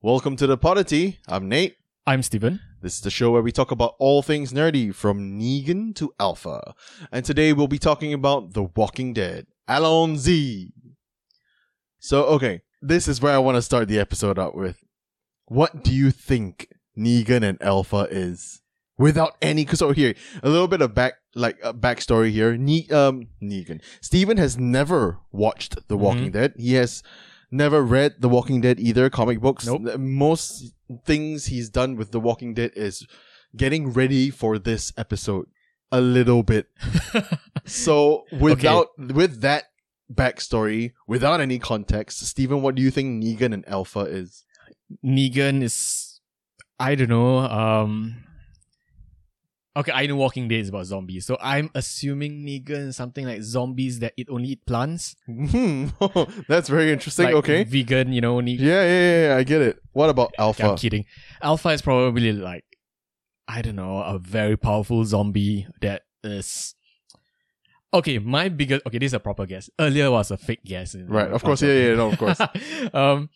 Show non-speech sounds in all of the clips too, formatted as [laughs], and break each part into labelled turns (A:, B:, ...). A: Welcome to the Podity. I'm Nate.
B: I'm Stephen.
A: This is the show where we talk about all things nerdy, from Negan to Alpha. And today we'll be talking about The Walking Dead. Allons-y! So, okay, this is where I want to start the episode out with. What do you think Negan and Alpha is? Without any, cause oh here, a little bit of back, like uh, backstory here. Ne- um, Negan, Steven has never watched The Walking Dead. He has never read The Walking Dead either, comic books.
B: Nope.
A: Most things he's done with The Walking Dead is getting ready for this episode a little bit.
B: [laughs]
A: so without with that backstory, without any context, Steven, what do you think Negan and Alpha is?
B: Negan is I don't know. Um Okay, I know Walking Dead is about zombies. So I'm assuming Negan is something like zombies that it only eat plants.
A: Hmm. [laughs] That's very interesting.
B: Like
A: okay.
B: Vegan, you know, only
A: yeah, yeah, yeah, yeah, I get it. What about Alpha?
B: I'm kidding. Alpha is probably like I don't know, a very powerful zombie that is Okay, my biggest okay, this is a proper guess. Earlier was a fake guess.
A: right. Of course. Yeah, yeah, no, of course.
B: [laughs] um,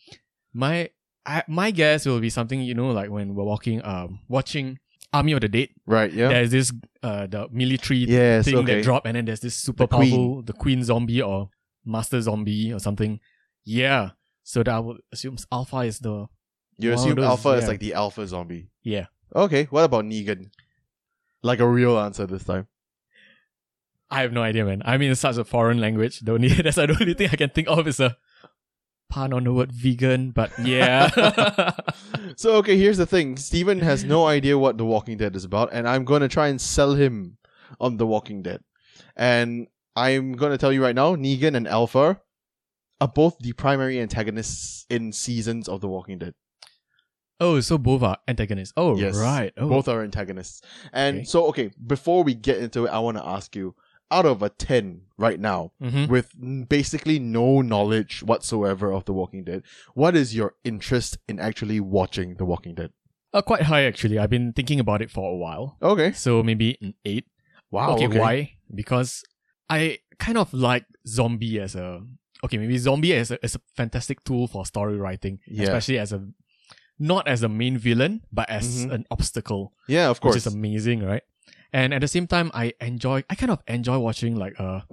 B: my I, my guess will be something you know, like when we're walking, um, watching Army of the Dead.
A: right. Yeah.
B: There's this uh the military
A: Yes.
B: thing
A: Okay.
B: that drop, and then there's this super
A: The queen.
B: powerful the Queen zombie or Master zombie or something. Yeah. So that I would assume Alpha is the
A: you
B: One of
A: assume
B: those-
A: Alpha is
B: yeah.
A: like the Alpha zombie.
B: yeah.
A: Okay. What about Negan? Like a real answer this time.
B: I have no idea, man. I mean, it's such a foreign language. The only [laughs] that's the only thing I can think of is a pun on the word vegan, but yeah.
A: [laughs]
B: [laughs]
A: So okay, here's the thing. Steven has [laughs] no idea what The Walking Dead is about, and I'm gonna try and sell him on The Walking Dead. And I'm gonna tell you right now, Negan and Alpha are both the primary antagonists in seasons of The Walking Dead.
B: oh, so both are antagonists. Oh,
A: Yes.
B: right. Oh,
A: Both are antagonists. And
B: Okay.
A: so okay, before we get into it, I wanna ask you, out of a ten right now,
B: Mhm.
A: with n- basically no knowledge whatsoever of The Walking Dead, what is your interest in actually watching The Walking Dead?
B: Uh, quite high actually. I've been thinking about it for a while.
A: Okay.
B: So maybe an eight.
A: Wow.
B: okay, why? Because I kind of like zombie as a okay, maybe zombie as a as a fantastic tool for story writing.
A: Yeah.
B: Especially as a not as a main villain, but as
A: Mhm.
B: an obstacle.
A: Yeah, of course.
B: Which is amazing, right? And at the same time I enjoy I kind of enjoy watching like a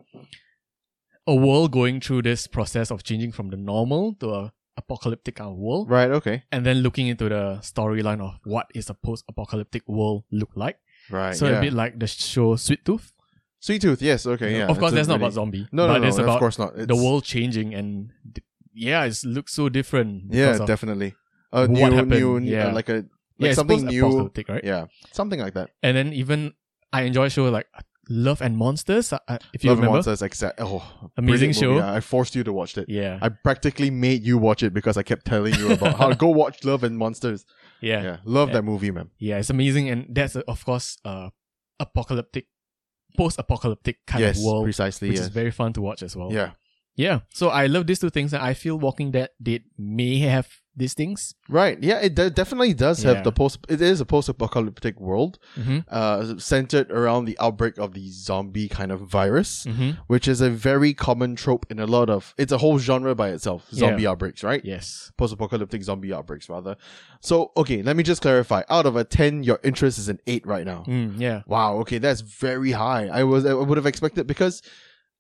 B: a world going through this process of changing from the normal to a apocalyptic kind of world.
A: Right. Okay.
B: and then looking into the storyline of what is a post-apocalyptic world look like.
A: Right.
B: so
A: yeah.
B: a bit like the show Sweet Tooth.
A: Sweet Tooth. Yes. Okay. Yeah.
B: of course,
A: a
B: that's not
A: really-
B: about zombie.
A: No, no,
B: but
A: no.
B: It's
A: of
B: about
A: course not. It's,
B: the world changing and d- yeah, it looks so different.
A: Yeah,
B: because of-
A: definitely. A
B: what
A: new,
B: happened,
A: new, uh,
B: yeah.
A: like a like
B: yeah, it's
A: something new.
B: post-apocalyptic, right?
A: Yeah, something like that.
B: And then even I enjoy show like Love and Monsters. I- I- if you
A: Love and
B: remember,
A: Monsters, exact. Oh,
B: Amazing
A: brilliant
B: show.
A: movie. I I forced you to watch it.
B: yeah,
A: I practically made you watch it because I kept telling you about
B: [laughs]
A: how go watch Love and Monsters.
B: yeah,
A: Yeah,
B: yeah,
A: love
B: Yeah.
A: that movie, man.
B: it's amazing. And that's uh, of course uh, apocalyptic, post-apocalyptic kind
A: yes,
B: of world,
A: precisely.
B: which
A: Yeah.
B: is very fun to watch as well.
A: yeah,
B: Yeah. So I love these two things, and I feel Walking Dead did may have these things.
A: right. Yeah, it de- definitely does have
B: Yeah.
A: the post. It is a post-apocalyptic world,
B: Mm-hmm.
A: uh, centered around the outbreak of the zombie kind of virus.
B: Mm-hmm.
A: which is a very common trope in a lot of it's a whole genre by itself zombie outbreaks right
B: Yes.
A: post-apocalyptic zombie outbreaks rather so okay let me just clarify out of a 10 your interest is an 8 right now
B: Mm, yeah.
A: wow okay that's very high i was i would have expected because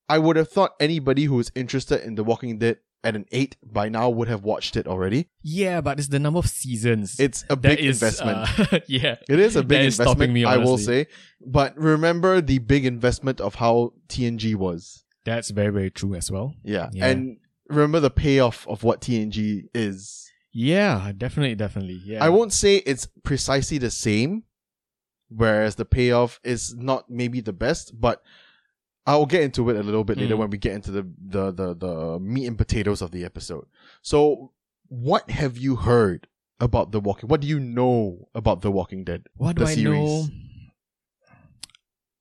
A: i would have thought anybody who is interested in the walking dead at an 8 by now would have watched it already
B: Yeah, but it's the number of seasons.
A: it's a
B: That
A: big
B: is,
A: investment
B: uh, [laughs] yeah.
A: it is a
B: that
A: big
B: is
A: investment
B: stopping me,
A: i will
B: honestly.
A: say but remember the big investment of how tng was
B: That's very very true as well.
A: Yeah.
B: Yeah.
A: And remember the payoff of what TNG is.
B: Yeah, definitely, definitely. Yeah.
A: I won't say it's precisely the same, whereas the payoff is not maybe the best, but I'll get into it a little bit later
B: Mm.
A: when we get into the, the, the, the meat and potatoes of the episode. So, what have you heard about The Walking What do you know about The Walking Dead?
B: What do
A: the
B: I know?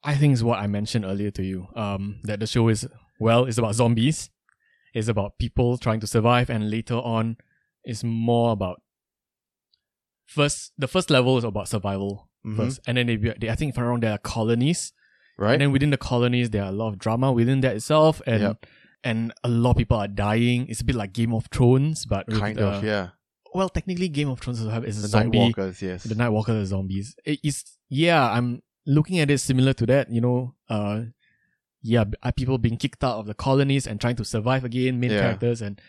B: I think it's what I mentioned earlier to you. Um, that the show is well, it's about zombies. It's about people trying to survive, and later on, it's more about first. The first level is about survival
A: Mhm.
B: first, and then they, be- they I think if I'm wrong, there are colonies,
A: Right?
B: Mm-hmm. and then within the colonies, there are a lot of drama within that itself, and
A: Yep.
B: and a lot of people are dying. It's a bit like Game of Thrones, but with,
A: kind
B: uh,
A: of, yeah.
B: well, technically, Game of Thrones is a
A: The
B: zombie.
A: Nightwalkers, yes.
B: The Nightwalker the zombies. It is yeah, I'm looking at it similar to that, you know, uh yeah, b- are people being kicked out of the colonies and trying to survive again, main
A: Yeah.
B: characters and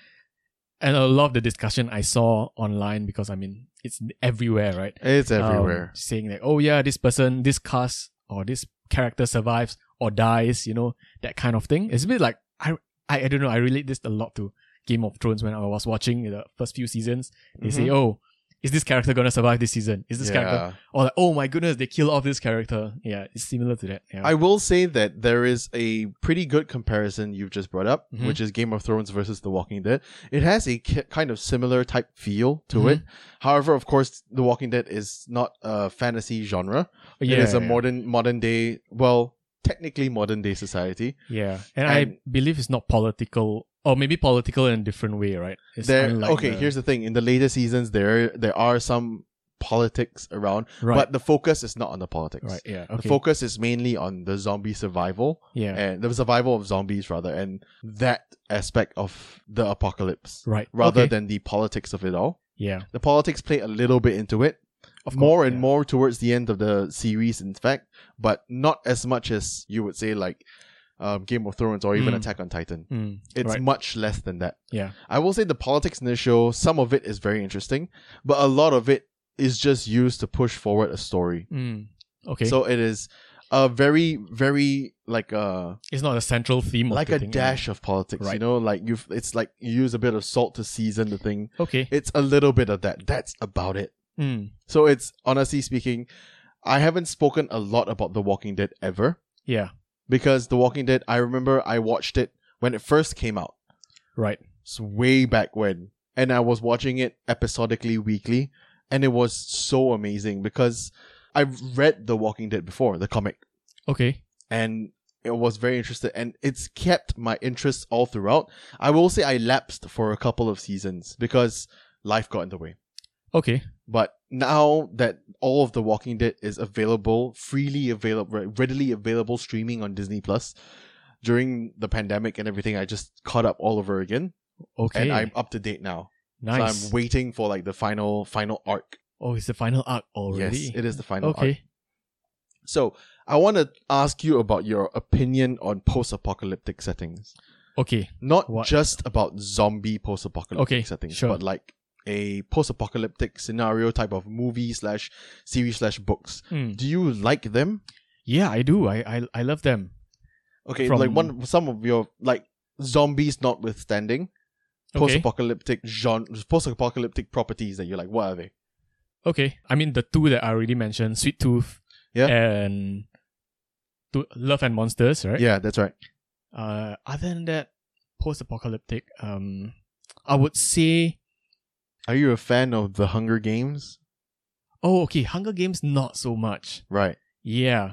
B: and a lot of the discussion I saw online because I mean it's everywhere, right?
A: it's
B: Um,
A: everywhere.
B: saying that, oh yeah, this person, this cast or this character survives or dies, you know, that kind of thing. It's a bit like I I, I don't know, I relate this a lot to Game of Thrones when I was watching the first few seasons. They say,
A: Mm-hmm.
B: oh, is this character gonna survive this season? Is this character or like, oh my goodness, they kill off this character. Yeah, it's similar to that. Yeah.
A: I will say that there is a pretty good comparison you've just brought up,
B: Mhm.
A: which is Game of Thrones versus The Walking Dead. It has a ki- kind of similar type feel
B: Mm-hmm.
A: to it. However, of course, The Walking Dead is not a fantasy genre. it
B: yeah,
A: is a
B: yeah,
A: modern modern day, well, technically modern day society.
B: Yeah, and,
A: and-
B: I believe it's not political, or maybe political in a different way, right? It's
A: There,
B: unlike
A: okay,
B: the-
A: here's the thing: in the later seasons, there there are some politics around,
B: right,
A: but the focus is not on the politics.
B: right, yeah,
A: The
B: okay,
A: focus is mainly on the zombie survival
B: yeah,
A: and the survival of zombies rather and that aspect of the apocalypse
B: right,
A: rather
B: okay.
A: than the politics of it all
B: yeah,
A: the politics play a little bit into it
B: of
A: more
B: course,
A: and
B: yeah.
A: more towards the end of the series in fact but not as much as you would say like um, game of thrones or even
B: Mm.
A: attack on titan
B: Mm,
A: it's
B: Right.
A: much less than that
B: yeah,
A: i will say the politics in the show some of it is very interesting but a lot of it is just used to push forward a story
B: mm, okay. So
A: so it is a very very like uh
B: it's not a central theme, of
A: like
B: the
A: a
B: thing, yeah.
A: dash of politics you
B: Right.
A: know like you've it's like you use a bit of salt to season the thing
B: Okay,
A: it's a little bit of that that's about it
B: mm,
A: so it's honestly speaking i haven't spoken a lot about the walking dead ever
B: yeah,
A: because the walking dead i remember i watched it when it first came out
B: right,
A: it's way back when and i was watching it episodically weekly and it was so amazing because i've read the walking dead before the comic
B: okay,
A: and it was very interested and it's kept my interest all throughout. I will say I lapsed for a couple of seasons because life got in the way.
B: okay,
A: But now that all of The Walking Dead is available, freely available, readily available streaming on Disney Plus during the pandemic and everything, I just caught up all over again
B: okay,
A: and I'm up to date now.
B: nice.
A: So I'm waiting for like the final final arc.
B: oh, it's the final arc already.
A: Yes, it is the final arc.
B: okay,
A: So, I want to ask you about your opinion on post-apocalyptic settings.
B: okay,
A: not
B: What-
A: just about zombie post-apocalyptic
B: Okay,
A: settings,
B: sure.
A: but like a post-apocalyptic scenario type of movie slash series slash books.
B: mm.
A: Do you like them?
B: yeah, I do. I I I love them.
A: Okay,
B: From-
A: like one some of your like zombies notwithstanding,
B: Okay.
A: post-apocalyptic genre, post-apocalyptic properties that you're like, what are they?
B: Okay. I mean, the two that I already mentioned, Sweet Tooth
A: Yeah.
B: and to- Love and Monsters, right?
A: Yeah, that's right.
B: Uh, other than that, post-apocalyptic, um, I would say,
A: Are you a fan of the Hunger Games?
B: oh, okay, Hunger Games, not so much.
A: Right.
B: Yeah.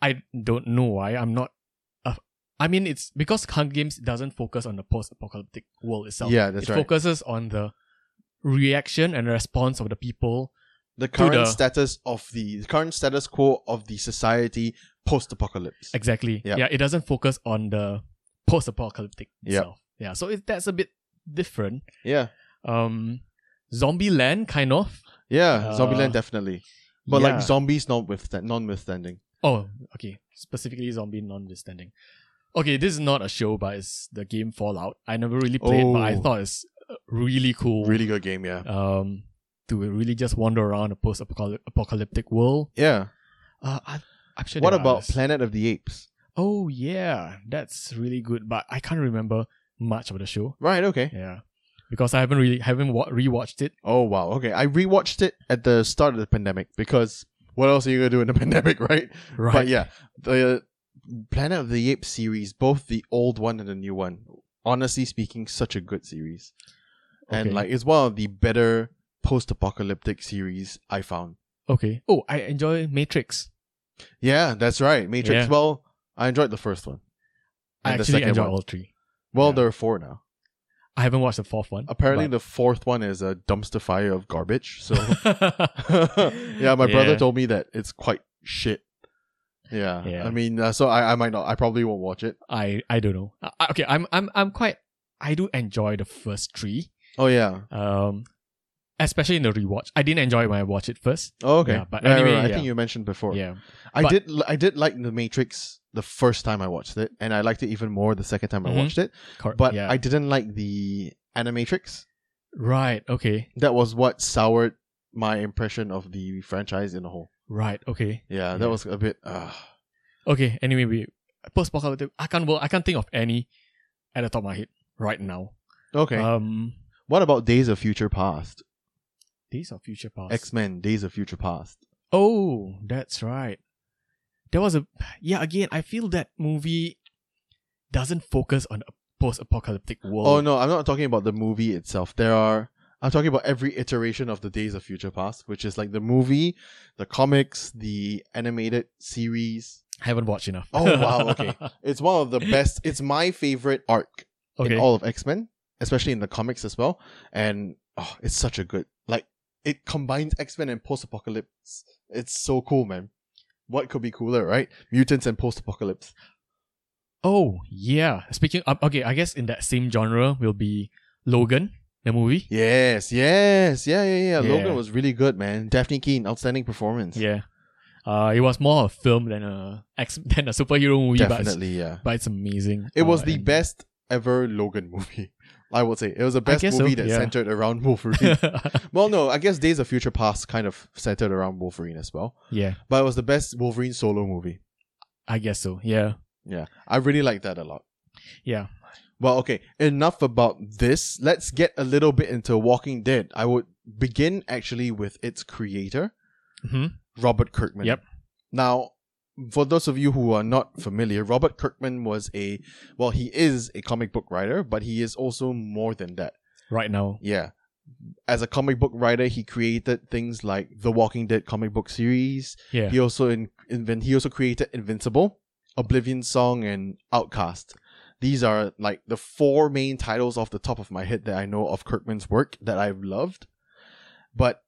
B: I don't know why. I'm not. a- I mean, it's because Hunger Games doesn't focus on the post-apocalyptic world itself.
A: Yeah, that's
B: it
A: right.
B: focuses on the reaction and response of the people.
A: The
B: To the-
A: current status of the, the current status quo of the society post-apocalypse.
B: Exactly.
A: Yeah.
B: Yeah, it doesn't focus on the post-apocalyptic
A: Yeah.
B: itself. Yeah. So it, that's a bit different.
A: yeah.
B: Um, Zombie Land, kind of.
A: Yeah,
B: Uh,
A: Zombieland definitely. But
B: Yeah.
A: like zombies nonwithstand- nonwithstanding.
B: oh, okay. Specifically, zombie non-withstanding. Okay, this is not a show, but it's the game Fallout. I never really played, but I
A: Oh.
B: thought it's uh, really cool.
A: Really good game, yeah.
B: Um, to really just wander around a post-apocalyptic world.
A: Yeah.
B: Uh, I, I'm sure.
A: What
B: there are
A: about
B: others.
A: Planet of the Apes?
B: Oh yeah, that's really good, but I can't remember much of the show.
A: Right, okay.
B: Yeah, because I haven't really haven't wa- rewatched it.
A: Oh wow, okay. I rewatched it at the start of the pandemic because what else are you gonna do in the [laughs] pandemic, right?
B: Right.
A: But yeah, the Planet of the Apes series, both the old one and the new one, honestly speaking, such a good series. And
B: Okay.
A: like it's one of the better post apocalyptic series I found.
B: Okay. Oh, I enjoy Matrix.
A: Yeah, that's right. Matrix.
B: Yeah.
A: Well, I enjoyed the first one.
B: I
A: And the
B: actually
A: second
B: enjoy
A: one.
B: all three.
A: Well,
B: Yeah.
A: there are four now.
B: I haven't watched the fourth one.
A: Apparently, the fourth one is a dumpster fire of garbage.
B: [laughs]
A: So, [laughs]
B: the
A: yeah, my brother
B: Yeah.
A: told me that it's quite shit. Yeah,
B: Yeah.
A: I mean, uh, so I, I might not. I probably won't watch it.
B: I I don't know. Uh, I, I- okay, I'm I'm I'm quite. I do enjoy the first three.
A: Oh yeah,
B: Um, especially in the rewatch. I didn't enjoy it when I watched it first.
A: Oh, okay.
B: Yeah, but
A: Right, right,
B: anyway,
A: right. I
B: yeah.
A: think you mentioned before.
B: Yeah.
A: I
B: But-
A: did I did like The Matrix the first time I watched it, and I liked it even more the second time
B: Mhm.
A: I watched it.
B: Cor-
A: But
B: yeah.
A: I didn't like the Animatrix.
B: Right. Okay.
A: That was what soured my impression of the franchise in a whole.
B: Right. Okay.
A: Yeah, that
B: Yeah.
A: was a bit. Uh,
B: Okay. Anyway, we post I can't. Well, I can't think of any at the top of my head right now.
A: okay.
B: Um,
A: what about Days of Future Past?
B: Days of Future Past.
A: X Men Days of Future Past.
B: oh, that's right. There was a yeah. Again, I feel that movie doesn't focus on a post-apocalyptic world.
A: Oh no, I'm not talking about the movie itself. There are. I'm talking about every iteration of the Days of Future Past, which is like the movie, the comics, the animated series.
B: I haven't watched enough.
A: Oh, wow,
B: [laughs]
A: okay. It's one [clears throat] of the best. It's my favorite arc
B: okay.
A: in all of X Men, especially in the comics as well. And oh, it's such a good like it combines X Men and post apocalypse. It's so cool, man. What could be cooler, right? Mutants and post apocalypse.
B: oh yeah. Speaking. Of, okay. I guess in that same genre will be Logan, the movie.
A: Yes, yes, yeah, yeah, yeah,
B: Yeah.
A: Logan was really good, man. Daphne Keane, outstanding performance.
B: Yeah. Uh, it was more a film than a ex- [laughs] than a superhero movie, but it's-
A: definitely, yeah.
B: but it's amazing.
A: It was
B: Uh,
A: the
B: and- [laughs]
A: best ever Logan movie. [laughs] I would say it was the best
B: guess so,
A: movie that
B: yeah.
A: centered around
B: [laughs]
A: Wolverine. well, no, I guess Days of Future Past kind of centered around Wolverine as well,
B: yeah,
A: but it was the best Wolverine solo movie.
B: I guess so. Yeah,
A: Yeah, I really like that a lot.
B: yeah.
A: Well, okay, enough about this. Let's get a little bit into Walking Dead. I would begin actually with its creator,
B: hmm
A: Robert Kirkman.
B: Yep.
A: Now, for those of you who are not familiar, Robert Kirkman was a, well, he is a comic book writer, but he is also more than that.
B: Right now,
A: Yeah. As a comic book writer, he created things like the Walking Dead comic book series.
B: yeah.
A: He also in, invent, he also created Invincible, Oblivion Song, and Outcast. These are like the four main titles off the top of my head that I know of Kirkman's work that I've loved. But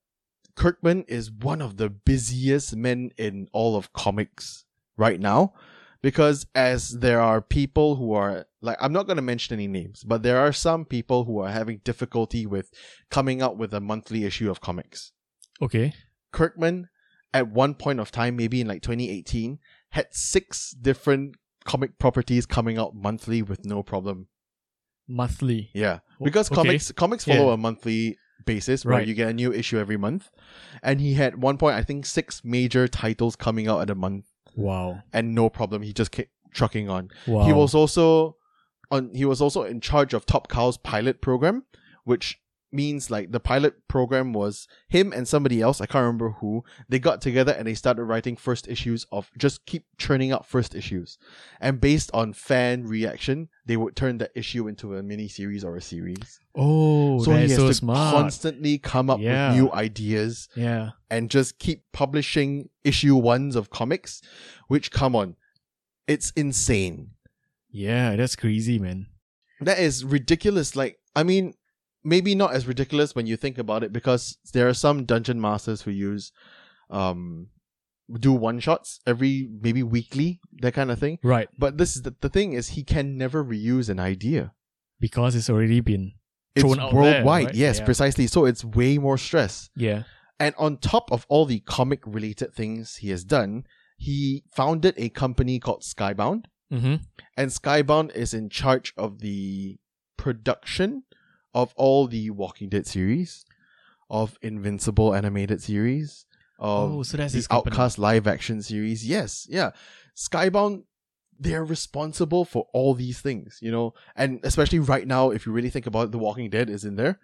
A: Kirkman is one of the busiest men in all of comics right now because as there are people who are like I'm not going to mention any names, but there are some people who are having difficulty with coming out with a monthly issue of comics.
B: Okay.
A: Kirkman, at one point of time, maybe in like 2018, had six different comic properties coming out monthly with no problem.
B: Monthly.
A: Yeah, because
B: okay.
A: comics comics follow
B: Yeah.
A: a monthly basis where
B: Right.
A: you get a new issue every month, and he had one point I think six major titles coming out at a month
B: Wow.
A: and no problem. He just kept trucking on.
B: Wow.
A: He was also on. He was also in charge of Top Cow's pilot program, which means like the pilot program was him and somebody else. I can't remember who. They got together and they started writing first issues of just keep churning out first issues, and based on fan reaction, they would turn that issue into a mini series or a series.
B: Oh,
A: so
B: that
A: he
B: is
A: has
B: so
A: to
B: smart.
A: constantly come up
B: Yeah.
A: with new ideas
B: yeah.
A: and just keep publishing issue ones of comics, which come on, it's insane.
B: Yeah. That's crazy, man.
A: That is ridiculous. Like, I mean, maybe not as ridiculous when you think about it because there are some dungeon masters who use, um, do one shots every maybe weekly, that kind of thing.
B: Right.
A: But this is the, the thing is he can never reuse an idea.
B: Because it's already been.
A: It's
B: Thrown out there,
A: worldwide,
B: right?
A: yes,
B: Yeah.
A: precisely. So it's way more stress.
B: Yeah.
A: And on top of all the comic related things he has done, he founded a company called Skybound.
B: Mm-hmm.
A: And Skybound is in charge of the production of all the Walking Dead series, of Invincible animated series, of
B: oh, so that's
A: the
B: his company.
A: Outcast live action series. Yes, yeah. Skybound, they're responsible for all these things, you know, and especially right now, if you really think about it, The Walking Dead is in there.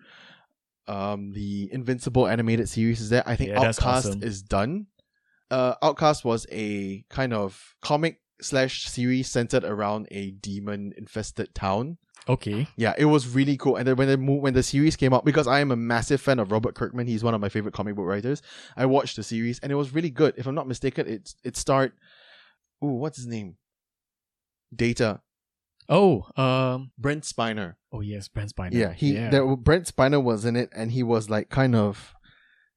A: Um, the Invincible animated series is there. I think
B: Yeah, that's
A: Outcast
B: awesome.
A: is done. Uh, Outcast was a kind of comic slash series centered around a demon infested town.
B: Okay.
A: Yeah, it was really cool. And then when the mo- when the series came out, because I am a massive fan of Robert Kirkman, he's one of my favorite comic book writers. I watched the series, and it was really good. If I'm not mistaken, it it starred, ooh, what's his name? Data
B: Oh. Um.
A: Brent Spiner.
B: Oh yes, Brent Spiner.
A: Yeah, he There, Brent Spiner was in it, and he was like kind of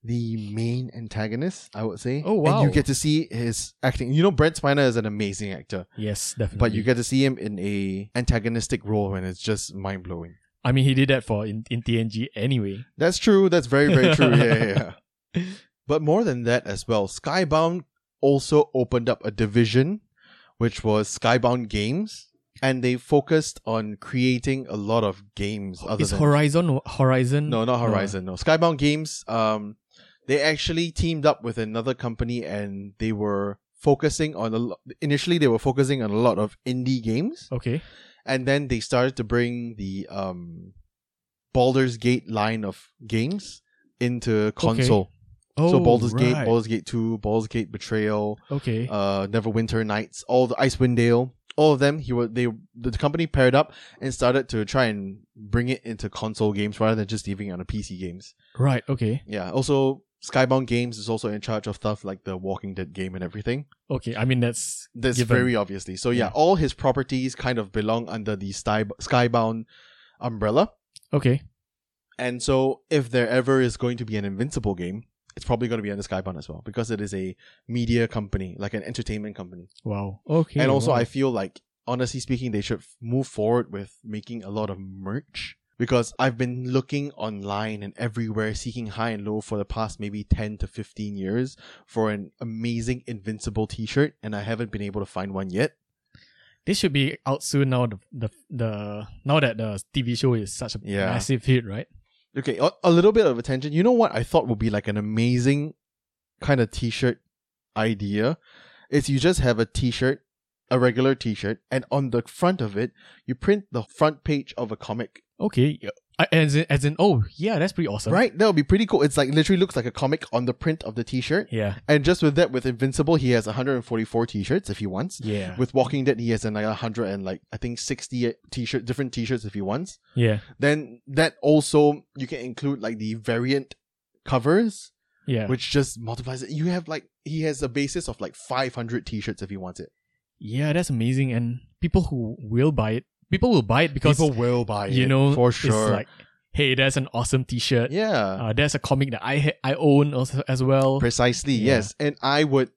A: the main antagonist, I would say.
B: Oh,
A: And
B: wow.
A: you get to see his acting. You know, Brent Spiner is an amazing actor,
B: yes, definitely.
A: but you get to see him in a antagonistic role, and it's just mind blowing.
B: I mean, he did that for in, in TNG anyway.
A: That's true. That's very, very true. Yeah, yeah,
B: [laughs]
A: yeah. But more than that as well, Skybound also opened up a division, which was Skybound Games, and they focused on creating a lot of games. Other
B: Is
A: than
B: Horizon Horizon?
A: no, not Horizon. No, Skybound Games. Um, they actually teamed up with another company, and they were focusing on a lot. Initially, they were focusing on a lot of indie games,
B: Okay.
A: and then they started to bring the um, Baldur's Gate line of games into console.
B: Oh,
A: so Baldur's Gate,
B: right.
A: Baldur's Gate Two, Baldur's Gate Betrayal,
B: Okay.
A: uh, Neverwinter Nights, all the Icewind Dale, all of them. He were they the company paired up and started to try and bring it into console games rather than just leaving it on the PC games.
B: right. Okay.
A: Yeah. Also, Skybound Games is also in charge of stuff like the Walking Dead game and everything.
B: Okay. I mean, that's
A: That's
B: Given.
A: very obviously. So yeah,
B: Yeah.
A: all his properties kind of belong under the Sky- Skybound umbrella.
B: okay.
A: And so, if there ever is going to be an Invincible game, it's probably going to be under Skybound as well because it is a media company, like an entertainment company.
B: Wow. Okay.
A: and also,
B: wow.
A: I feel like, honestly speaking, they should f- move forward with making a lot of merch because I've been looking online and everywhere, seeking high and low for the past maybe 10 to 15 years for an amazing Invincible t shirt, and I haven't been able to find one yet.
B: this should be out soon. Now the the, the now that the TV show is such a
A: Yeah.
B: massive hit, right?
A: Okay, a, a little bit of attention. You know what I thought would be like an amazing kind of t-shirt idea is you just have a t-shirt, a regular t-shirt, and on the front of it, you print the front page of a comic.
B: Okay. yeah. I, as in, as in, oh yeah, that's pretty awesome.
A: Right? That would be pretty cool. It's like literally looks like a comic on the print of the t-shirt.
B: Yeah.
A: And just with that with Invincible, he has 144 t-shirts if he wants.
B: Yeah.
A: With Walking Dead, he has another 100 and like I think 60 t-shirt different t-shirts if he wants.
B: yeah.
A: Then that also you can include like the variant covers
B: Yeah.
A: which just multiplies it. You have like he has a basis of like 500 t-shirts if he wants it.
B: yeah, that's amazing. And people who will buy it, people will buy it because
A: will buy
B: you know
A: for
B: It's
A: sure.
B: like, hey, that's an awesome T-shirt.
A: yeah,
B: Uh, there's a comic that I ha- I own also, as well.
A: precisely.
B: yeah.
A: Yes, and I would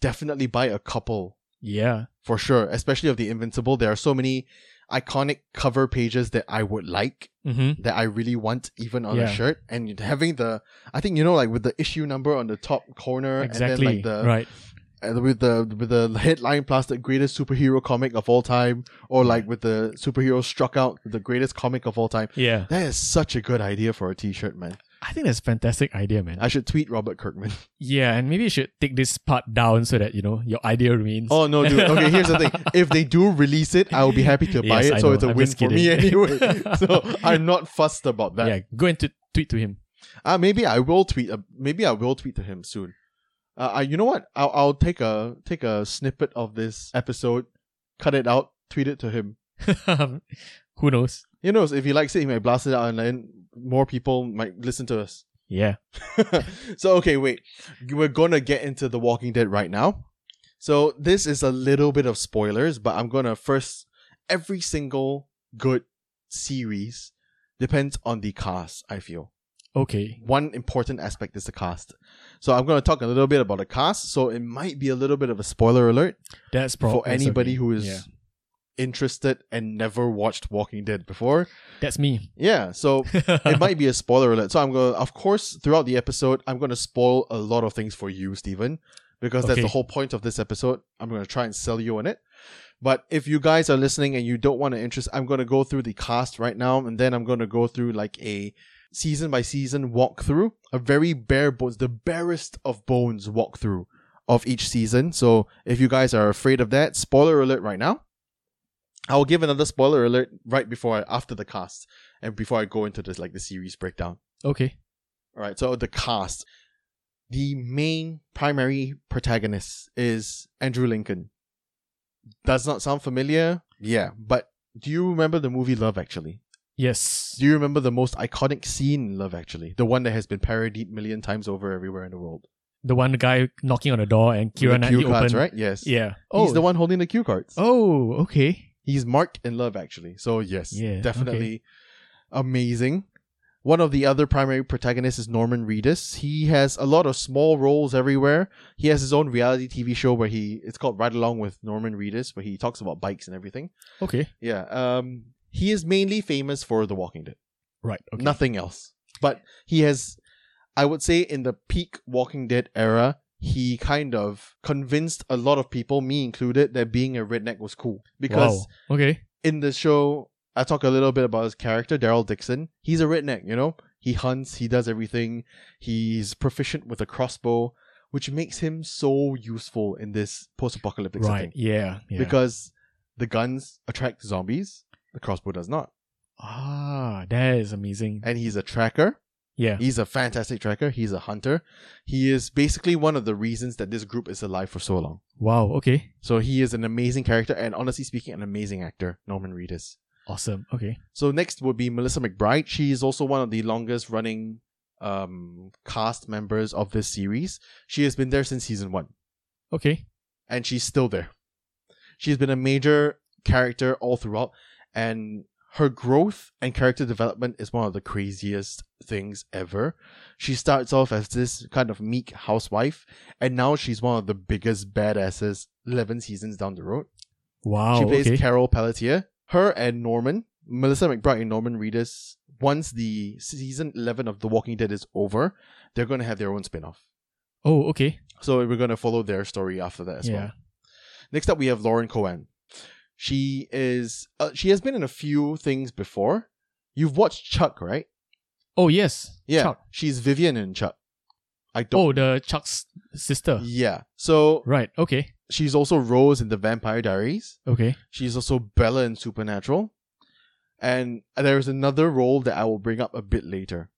A: definitely buy a couple
B: yeah.
A: for sure, especially of the Invincible. There are so many iconic cover pages that I would like
B: Mm-hmm.
A: that I really want even on a
B: Yeah.
A: shirt and having the I think you know like with the issue number on the top corner
B: Exactly.
A: and then like the
B: right.
A: and with the with the headline plus the greatest superhero comic of all time, or
B: Mm.
A: like with the superhero struck out the greatest comic of all time.
B: Yeah.
A: That is such a good idea for a T-shirt, man.
B: I think that's a fantastic idea, man.
A: I should tweet Robert
B: [laughs]
A: Kirkman.
B: yeah, and maybe you should take this part down so that you know your idea remains.
A: Oh no, dude. [laughs] Okay, here's the thing: if they do release it, I will be happy
B: [laughs]
A: to buy
B: Yes,
A: it.
B: I
A: so
B: know.
A: it's a
B: I'm
A: win
B: just
A: for me
B: kidding.
A: anyway. [laughs] so
B: [laughs]
A: I'm not fussed about that.
B: yeah. Go and t- tweet to him.
A: Uh, maybe I will tweet. Uh, maybe I will tweet to him soon. Uh, I, you know what? I'll, I'll take a take a snippet of this episode, cut it out, tweet it to him.
B: [laughs] Who knows?
A: You know, if he likes it, he might blast it out, and then more people might listen to us. [laughs]
B: Yeah.
A: so, okay, wait. We're gonna get into The Walking Dead right now. So, this is a little bit of spoilers, but I'm gonna first. Every single good series depends on the cast, I feel.
B: Okay.
A: One important aspect is the cast. So, I'm gonna talk a little bit about the cast. So, it might be a little bit of a spoiler alert
B: That's probably
A: for anybody who is.
B: Yeah.
A: Interested and never watched Walking Dead before.
B: That's me.
A: Yeah, so it might be a spoiler alert. So I'm going to, of course, throughout the episode, I'm going to spoil a lot of things for you, Stephen, because that's
B: Okay.
A: the whole point of this episode. I'm going to try and sell you on it. But if you guys are listening and you don't want to interest, I'm going to go through the cast right now, and then I'm going to go through like a season by season walkthrough, a very bare bones, the barest of bones walkthrough of each season. So if you guys are afraid of that, spoiler alert right now. I will give another spoiler alert right before I, after the cast and before I go into this like the series breakdown.
B: [laughs] okay.
A: All right, so the cast. The main primary protagonist is Andrew Lincoln. Does not sound familiar? Yeah, but do you remember the movie Love Actually?
B: Yes.
A: Do you remember the most iconic scene in Love Actually? The one that has been parodied million times over everywhere in the world.
B: the one guy knocking on the door and
A: With
B: Kira
A: the
B: Knightley
A: cue cards,
B: opened.
A: right? Yes. Oh,
B: Yeah.
A: He's the one holding the cue cards.
B: Oh, okay.
A: He's Mark in Love Actually. So yes,
B: Yeah,
A: definitely amazing. One of the other primary protagonists is Norman Reedus. He has a lot of small roles everywhere. He has his own reality TV show where he it's called Ride Along with Norman Reedus, where he talks about bikes and everything.
B: Okay.
A: Yeah. Um. He is mainly famous for The Walking Dead.
B: Right. Okay.
A: Nothing else. But he has, I would say, in the peak Walking Dead era, he kind of convinced a lot of people, me included, that being a redneck was cool. Because
B: Wow. Okay.
A: in the show, I talk a little bit about his character, Daryl Dixon. He's a redneck, you know? He hunts, he does everything, he's proficient with a crossbow, which makes him so useful in this post apocalyptic
B: Right.
A: setting.
B: Yeah. yeah.
A: Because the guns attract zombies, the crossbow does not.
B: ah, that is amazing.
A: And he's a tracker.
B: Yeah.
A: He's a fantastic tracker. He's a hunter. He is basically one of the reasons that this group is alive for so long.
B: Wow. Okay.
A: So he is an amazing character and honestly speaking, an amazing actor, Norman Reedus.
B: Awesome. Okay.
A: So next would be Melissa McBride. She is also one of the longest running um, cast members of this series. She has been there since season one,
B: Okay.
A: and she's still there. She's been a major character all throughout, and her growth and character development is one of the craziest things ever. She starts off as this kind of meek housewife, and now she's one of the biggest badasses 11 seasons down the road.
B: Wow.
A: She plays
B: Oh, okay.
A: Carol Pelletier. Her and Norman, Melissa McBride and Norman Reedus, once the season 11 of The Walking Dead is over, they're going to have their own spin off.
B: oh. Okay.
A: So we're going to follow their story after that as
B: Yeah.
A: well. Next up, we have Lauren Cohen. She is uh, she has been in a few things before. You've watched Chuck, right?
B: Oh yes.
A: Yeah,
B: Chuck.
A: she's Vivian in Chuck. I don't.
B: Oh, the Chuck's sister.
A: Yeah. So
B: Oh, Right. Okay.
A: she's also Rose in The Vampire Diaries.
B: Okay.
A: She's also Bella in Supernatural. And there is another role that I will bring up a bit later.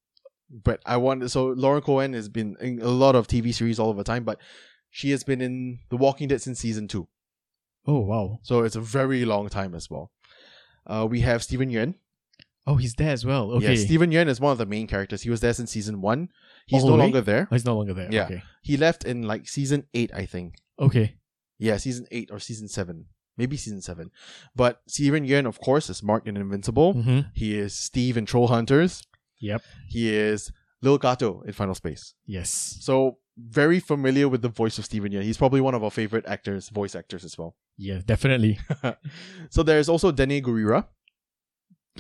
A: But I want so Lauren Cohen has been in a lot of TV series all over time, but she has been in The Walking Dead since season two.
B: Oh wow.
A: So it's a very long time as well. Uh, we have Steven Yeun.
B: Oh, he's there as well. Okay.
A: Yes, Steven Yeun is one of the main characters. He was there since season one. He's
B: Oh,
A: no
B: really?
A: longer there.
B: oh, he's no longer there.
A: Yeah.
B: Okay.
A: He left in like season eight, I think.
B: Okay.
A: Yeah, season eight or season seven. Maybe season seven. But Steven Yeun, of course, is marked in Invincible.
B: hmm
A: He is Steve in Troll Hunters.
B: Yep.
A: He is Lil Gato in Final Space.
B: Yes.
A: So very familiar with the voice of Steven Yeun. He's probably one of our favorite actors, voice actors as well.
B: Yeah. Definitely.
A: so there's also Dene Gurira.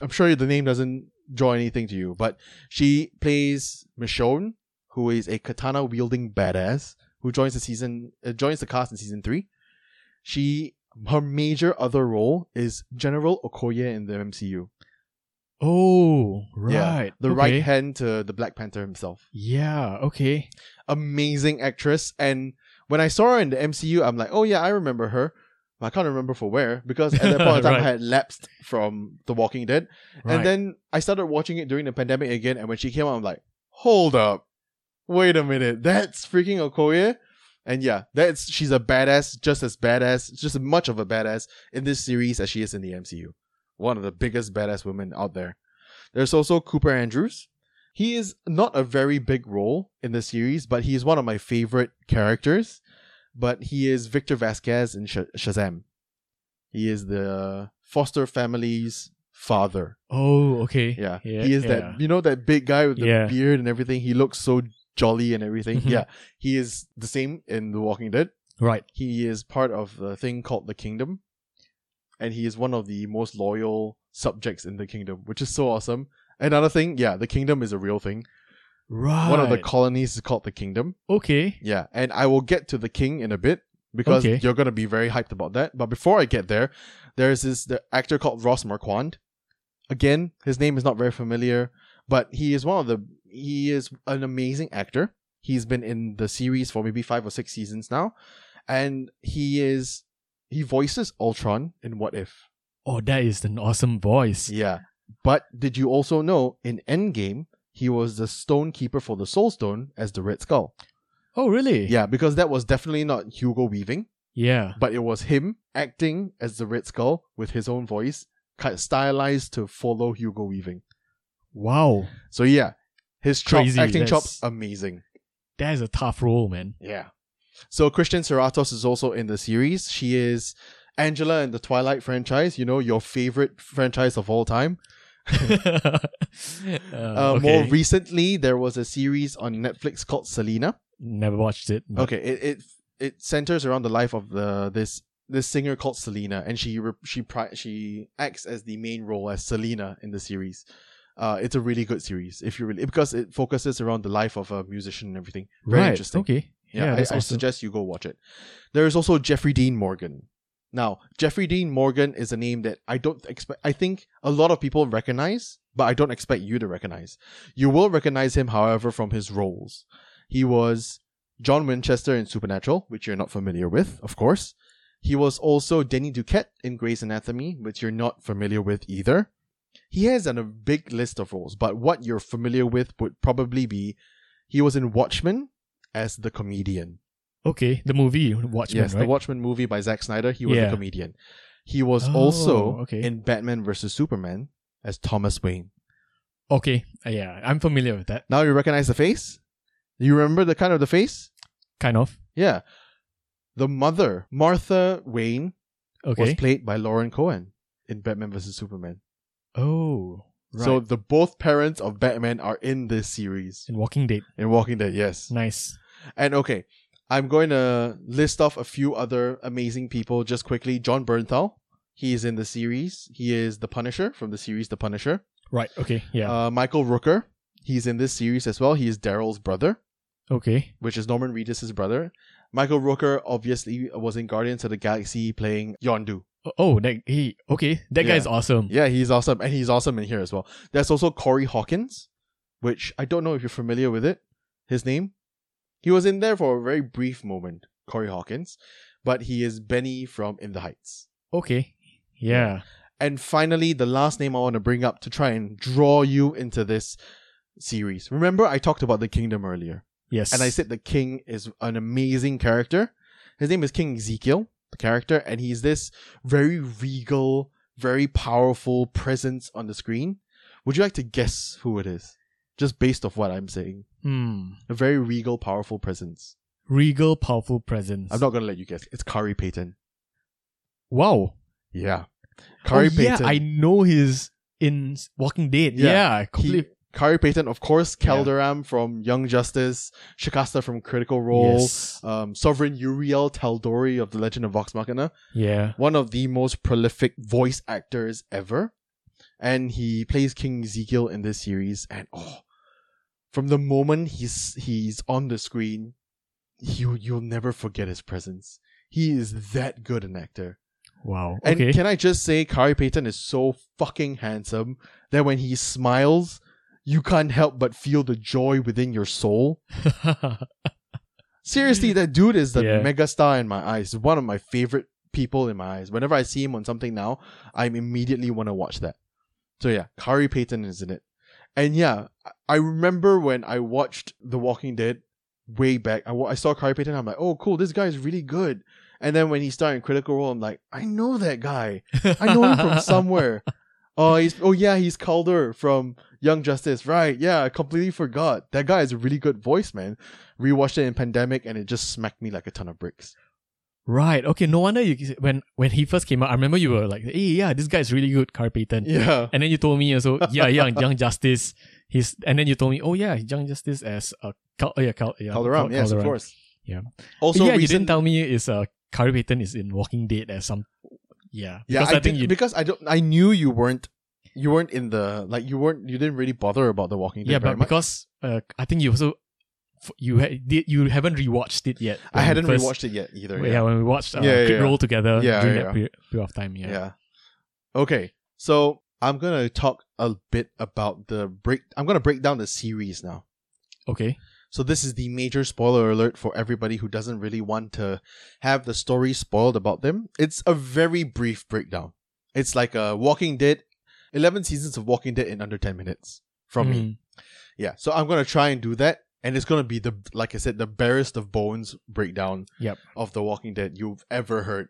A: I'm sure the name doesn't draw anything to you, but she plays Michonne, who is a katana wielding badass who joins the season uh, joins the cast in season three. She her major other role is General Okoye in the MCU.
B: Oh. Right.
A: Yeah, the
B: okay.
A: right hand to the Black Panther himself.
B: Yeah. Okay.
A: Amazing actress, and when I saw her in the MCU, I'm like, oh yeah, I remember her. But I can't remember for where because at that point in time
B: Right.
A: I had lapsed from The Walking Dead,
B: Right.
A: and then I started watching it during the pandemic again. And when she came out, I'm like, hold up, wait a minute, that's freaking Okoye. And yeah, that's she's a badass, just as badass, just as much of a badass in this series as she is in the MCU. One of the biggest badass women out there. There's also Cooper Andrews. He is not a very big role in the series, but he is one of my favorite characters. But he is Victor Vasquez in Sh- Shazam. He is the foster family's father.
B: oh. Okay.
A: Yeah. he is
B: yeah.
A: that you know that big guy with the
B: Yeah.
A: beard and everything. He looks so jolly and everything.
B: Mhm.
A: Yeah, he is the same in The Walking Dead.
B: Right.
A: He is part of the thing called the Kingdom, and he is one of the most loyal subjects in the Kingdom, which is so awesome. Another thing, yeah, the Kingdom is a real thing.
B: Right.
A: One of the colonies is called the Kingdom.
B: okay.
A: Yeah, and I will get to the King in a bit because
B: Okay.
A: you're gonna be very hyped about that. But before I get there, there is this the actor called Ross Marquand. Again, his name is not very familiar, but he is one of the he is an amazing actor. He's been in the series for maybe five or six seasons now, and he is he voices Ultron in What If.
B: Oh, that is an awesome voice.
A: Yeah, but did you also know in Endgame he was the Stone Keeper for the Soul Stone as the Red Skull?
B: Oh, really?
A: Yeah, because that was definitely not Hugo Weaving.
B: Yeah.
A: but it was him acting as the Red Skull with his own voice, kind of stylized to follow Hugo Weaving.
B: Wow.
A: So yeah, his chop,
B: Crazy,
A: acting
B: that's-
A: chops amazing.
B: That is a tough role, man.
A: [laughs]
B: [laughs]
A: Yeah. So Christian Serratos is also in the series. She is Angela in the Twilight franchise. You know your favorite franchise of all time.
B: uh,
A: Uh,
B: Oh, okay.
A: More recently, there was a series on Netflix called Selena.
B: Never watched it. but
A: Okay, it it it centers around the life of the this this singer called Selena, and she re- she pri- she acts as the main role as Selena in the series. Uh, it's a really good series if you really because it focuses around the life of a musician and everything. Very
B: right.
A: interesting.
B: Okay.
A: Yeah,
B: Yeah,
A: I,
B: that's
A: I
B: awesome.
A: suggest you go watch it. There is also Jeffrey Dean Morgan. Now, Jeffrey Dean Morgan is a name that I don't expect. I think a lot of people recognize, but I don't expect you to recognize. You will recognize him, however, from his roles. He was John Winchester in Supernatural, which you're not familiar with, of course. He was also Denny Duquette in Grey's Anatomy, which you're not familiar with either. He has an, a big list of roles, but what you're familiar with would probably be he was in Watchmen as the comedian.
B: Okay. The movie Watchmen.
A: yes,
B: right?
A: the Watchmen movie by Zack Snyder. He was a
B: Yeah.
A: comedian. He was
B: Oh,
A: also
B: okay.
A: in Batman vs Superman as Thomas Wayne.
B: okay. Uh, yeah, I'm familiar with that.
A: Now you recognize the face. You remember the kind of the face?
B: Kind of.
A: Yeah. The mother, Martha Wayne, was
B: Okay.
A: played by Lauren Cohen in Batman vs Superman.
B: oh. Right.
A: So the both parents of Batman are in this series
B: in Walking Dead.
A: in Walking Dead. Yes.
B: Nice.
A: And okay, I'm going to list off a few other amazing people just quickly. John Bernthal, he is in the series. He is the Punisher from the series The Punisher.
B: Right. Okay. Yeah.
A: Uh, Michael Rooker, he's in this series as well. He is Daryl's brother,
B: okay.
A: which is Norman Reedus' brother. Michael Rooker obviously was in Guardians of the Galaxy playing Yondu.
B: O- Oh, that he okay. That
A: Yeah.
B: guy is awesome.
A: Yeah, he's awesome, and he's awesome in here as well. There's also Corey Hawkins, which I don't know if you're familiar with it. His name, he was in there for a very brief moment, Corey Hawkins, but he is Benny from In the Heights.
B: Okay. Yeah.
A: And finally, the last name I want to bring up to try and draw you into this series. Remember, I talked about the kingdom earlier,
B: Yes.
A: and I said the king is an amazing character. His name is King Ezekiel, the character, and he's this very regal, very powerful presence on the screen. Would you like to guess who it is? Just based off what I'm saying.
B: Hmm.
A: A very regal, powerful presence.
B: Regal, powerful presence.
A: I'm not gonna let you guess. It's Kari Payton.
B: Wow.
A: Yeah. Kari
B: oh, yeah,
A: Payton.
B: I know he's in S- Walking Dead.
A: Yeah.
B: Yeah.
A: he,
B: completely.
A: Kari Payton, of course,
B: Yeah.
A: Calderam from Young Justice, Shikasta from Critical Role,
B: Yes.
A: um, Sovereign Uriel Taldori of The Legend of Vox Machina.
B: Yeah.
A: one of the most prolific voice actors ever. And he plays King Ezekiel in this series. And oh, from the moment he's he's on the screen, you you'll never forget his presence. He is that good an actor.
B: Wow.
A: And
B: [laughs] okay.
A: can I just say, Kari Payton is so fucking handsome that when he smiles, you can't help but feel the joy within your soul. Seriously, that dude is the
B: Yeah.
A: megastar in my eyes. One of my favorite people in my eyes. Whenever I see him on something now, I immediately want to watch that. So yeah, Kari Payton is in it. And yeah, I- I remember when I watched The Walking Dead way back, I, wa- I saw Kari Payton, I'm like, oh cool, this guy is really good. And then when he started in Critical Role, I'm like, I know that guy. I know him
B: [laughs]
A: from somewhere. Oh, he's oh yeah, he's Calder from Young Justice, right? Yeah, I completely forgot. That guy is a really good voice, man. Rewatched it in pandemic, and it just smacked me like a ton of
B: [laughs]
A: bricks.
B: Right. Okay. No wonder you when when he first came out. I remember you were like, "Hey, yeah, this guy's really good, Carl Payton."
A: Yeah,
B: And then you told me also, [laughs] yeah, yeah, Young Justice. He's and then you told me, oh yeah, Young Justice as a Cal- oh, yeah, Cal- yeah,
A: Calderam,
B: Cal-
A: yes, of
B: Calderam.
A: course.
B: Yeah.
A: Also,
B: yeah, you
A: recent-
B: didn't tell me is uh, Carl Payton is in Walking Dead as some. Yeah,
A: Yeah,
B: because
A: I,
B: I, think
A: did-
B: you.
A: because I don't. I knew you weren't. You weren't in the like. You weren't. You didn't really bother about the Walking Dead.
B: yeah,
A: very
B: but
A: much.
B: because uh, I think you also f- you ha- did you haven't rewatched it yet.
A: I
B: when we
A: hadn't
B: first-
A: rewatched it yet either.
B: Yeah, when we watched uh,
A: Yeah, yeah,
B: Crit
A: yeah.
B: Roll together
A: Yeah,
B: during
A: yeah.
B: that period, period of time. Yeah.
A: Yeah. Okay. So I'm gonna talk a bit about the break. I'm gonna break down the series now.
B: Okay.
A: So this is the major spoiler alert for everybody who doesn't really want to have the story spoiled about them. It's a very brief breakdown. It's like a Walking Dead, eleven seasons of Walking Dead in under ten minutes from
B: Mm.
A: me. Yeah. So I'm gonna try and do that, and it's gonna be the like I said, the barest of bones breakdown
B: Yep.
A: of the Walking Dead you've ever heard.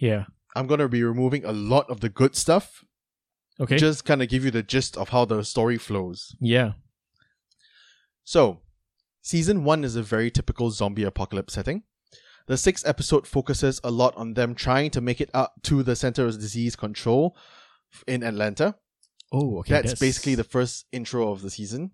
B: Yeah.
A: I'm gonna be removing a lot of the good stuff
B: Okay.
A: just kind of give you the gist of how the story flows.
B: yeah.
A: So, season one is a very typical zombie apocalypse setting. The sixth episode focuses a lot on them trying to make it up to the Center of Disease Control f- in Atlanta.
B: Oh, okay.
A: that's, basically the first intro of the season,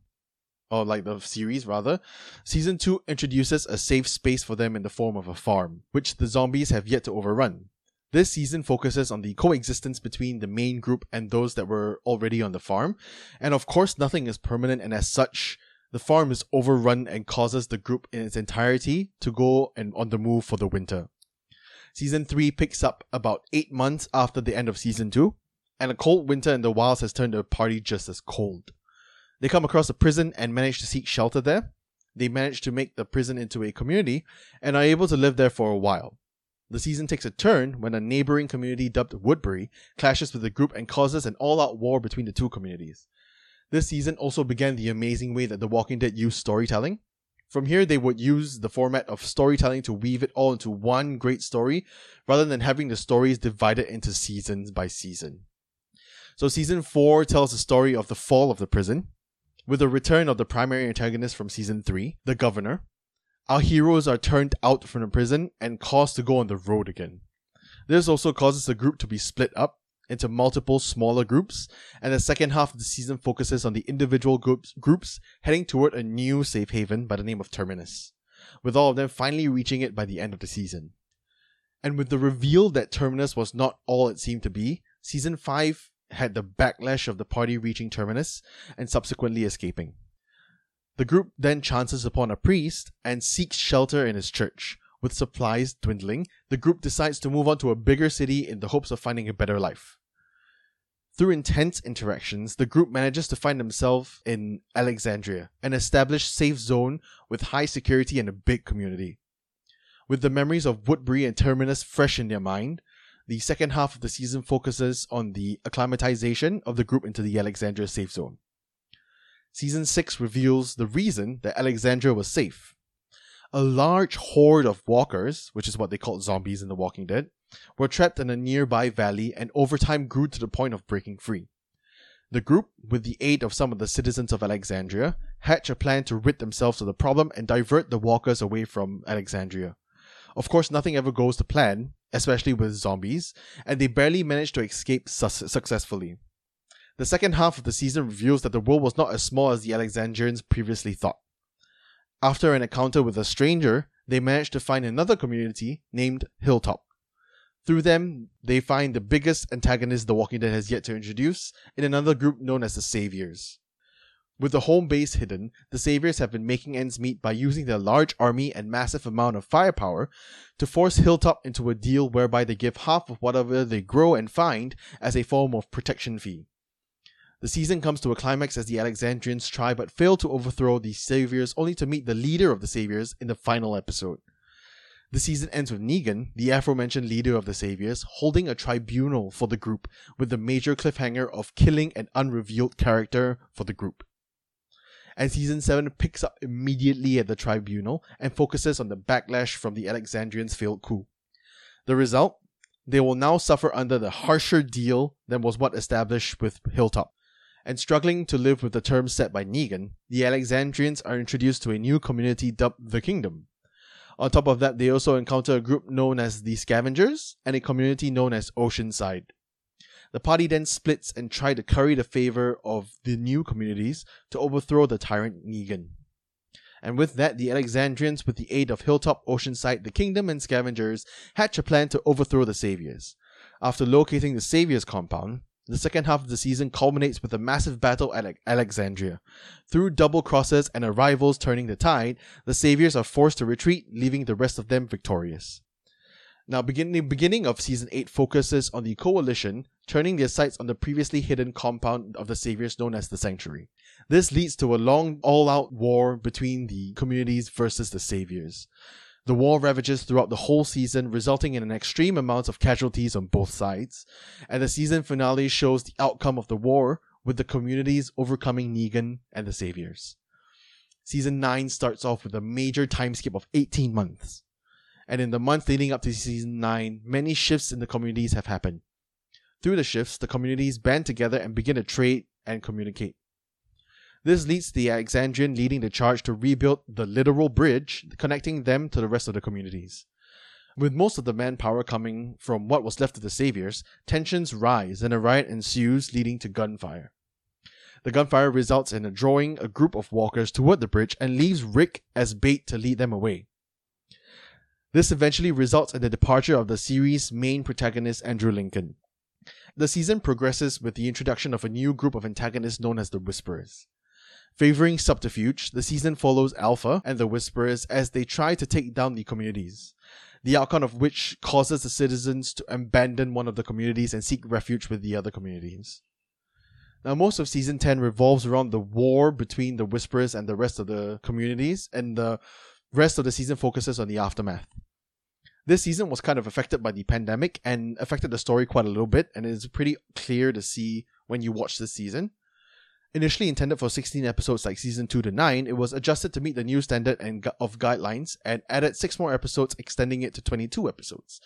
A: or like the series rather. Season two introduces a safe space for them in the form of a farm, which the zombies have yet to overrun. This season focuses on the coexistence between the main group and those that were already on the farm, and of course, nothing is permanent, and as such, the farm is overrun and causes the group in its entirety to go and on the move for the winter. Season 3 picks up about 8 months after the end of Season 2, and a cold winter in the wilds has turned the party just as cold. They come across a prison and manage to seek shelter there. They manage to make the prison into a community and are able to live there for a while. The season takes a turn when a neighboring community dubbed Woodbury clashes with the group and causes an all out war between the two communities. This season also began the amazing way that The Walking Dead used storytelling. From here, they would use the format of storytelling to weave it all into one great story rather than having the stories divided into seasons by season. So, season 4 tells the story of the fall of the prison, with the return of the primary antagonist from season 3, the governor. Our heroes are turned out from the prison and caused to go on the road again. This also causes the group to be split up into multiple smaller groups, and the second half of the season focuses on the individual groups, groups heading toward a new safe haven by the name of Terminus, with all of them finally reaching it by the end of the season. And with the reveal that Terminus was not all it seemed to be, season 5 had the backlash of the party reaching Terminus and subsequently escaping. The group then chances upon a priest and seeks shelter in his church. With supplies dwindling, the group decides to move on to a bigger city in the hopes of finding a better life. Through intense interactions, the group manages to find themselves in Alexandria, an established safe zone with high security and a big community. With the memories of Woodbury and Terminus fresh in their mind, the second half of the season focuses on the acclimatization of the group into the Alexandria safe zone. Season 6 reveals the reason that Alexandria was safe. A large horde of walkers, which is what they called zombies in The Walking Dead, were trapped in a nearby valley and over time grew to the point of breaking free. The group, with the aid of some of the citizens of Alexandria, hatch a plan to rid themselves of the problem and divert the walkers away from Alexandria. Of course, nothing ever goes to plan, especially with zombies, and they barely managed to escape sus- successfully. The second half of the season reveals that the world was not as small as the Alexandrians previously thought. After an encounter with a stranger, they manage to find another community named Hilltop. Through them, they find the biggest antagonist The Walking Dead has yet to introduce in another group known as the Saviors. With the home base hidden, the Saviors have been making ends meet by using their large army and massive amount of firepower to force Hilltop into a deal whereby they give half of whatever they grow and find as a form of protection fee. The season comes to a climax as the Alexandrians try but fail to overthrow the Saviors, only to meet the leader of the Saviors in the final episode. The season ends with Negan, the aforementioned leader of the Saviors, holding a tribunal for the group with the major cliffhanger of killing an unrevealed character for the group and season 7 picks up immediately at the tribunal and focuses on the backlash from the Alexandrians' failed coup. The result? They will now suffer under the harsher deal than was what established with Hilltop. And struggling to live with the terms set by Negan, the Alexandrians are introduced to a new community dubbed the Kingdom. On top of that, they also encounter a group known as the Scavengers and a community known as Oceanside. The party then splits and try to curry the favor of the new communities to overthrow the tyrant Negan. And with that, the Alexandrians, with the aid of Hilltop, Oceanside, the Kingdom, and Scavengers, hatch a plan to overthrow the Saviors. After locating the Saviors' compound, the second half of the season culminates with a massive battle at Alexandria. Through double crosses and arrivals turning the tide, the Saviors are forced to retreat, leaving the rest of them victorious. Now, begin- the beginning of season 8 focuses on the coalition turning their sights on the previously hidden compound of the saviors known as the Sanctuary. This leads to a long, all out war between the communities versus the saviors. The war ravages throughout the whole season, resulting in an extreme amount of casualties on both sides, and the season finale shows the outcome of the war with the communities overcoming Negan and the saviors. Season 9 starts off with a major time skip of 18 months and in the month leading up to season 9, many shifts in the communities have happened. Through the shifts, the communities band together and begin to trade and communicate. This leads to the Alexandrian leading the charge to rebuild the literal bridge connecting them to the rest of the communities. With most of the manpower coming from what was left of the saviors, tensions rise and a riot ensues, leading to gunfire. The gunfire results in a drawing a group of walkers toward the bridge and leaves Rick as bait to lead them away. This eventually results in the departure of the series' main protagonist, Andrew Lincoln. The season progresses with the introduction of a new group of antagonists known as the Whisperers. Favoring subterfuge, the season follows Alpha and the Whisperers as they try to take down the communities, the outcome of which causes the citizens to abandon one of the communities and seek refuge with the other communities. Now, most of season 10 revolves around the war between the Whisperers and the rest of the communities, and the rest of the season focuses on the aftermath. This season was kind of affected by the pandemic and affected the story quite a little bit, and it's pretty clear to see when you watch this season. Initially intended for 16 episodes like season 2 to 9, it was adjusted to meet the new standard and gu- of guidelines and added 6 more episodes, extending it to 22 episodes.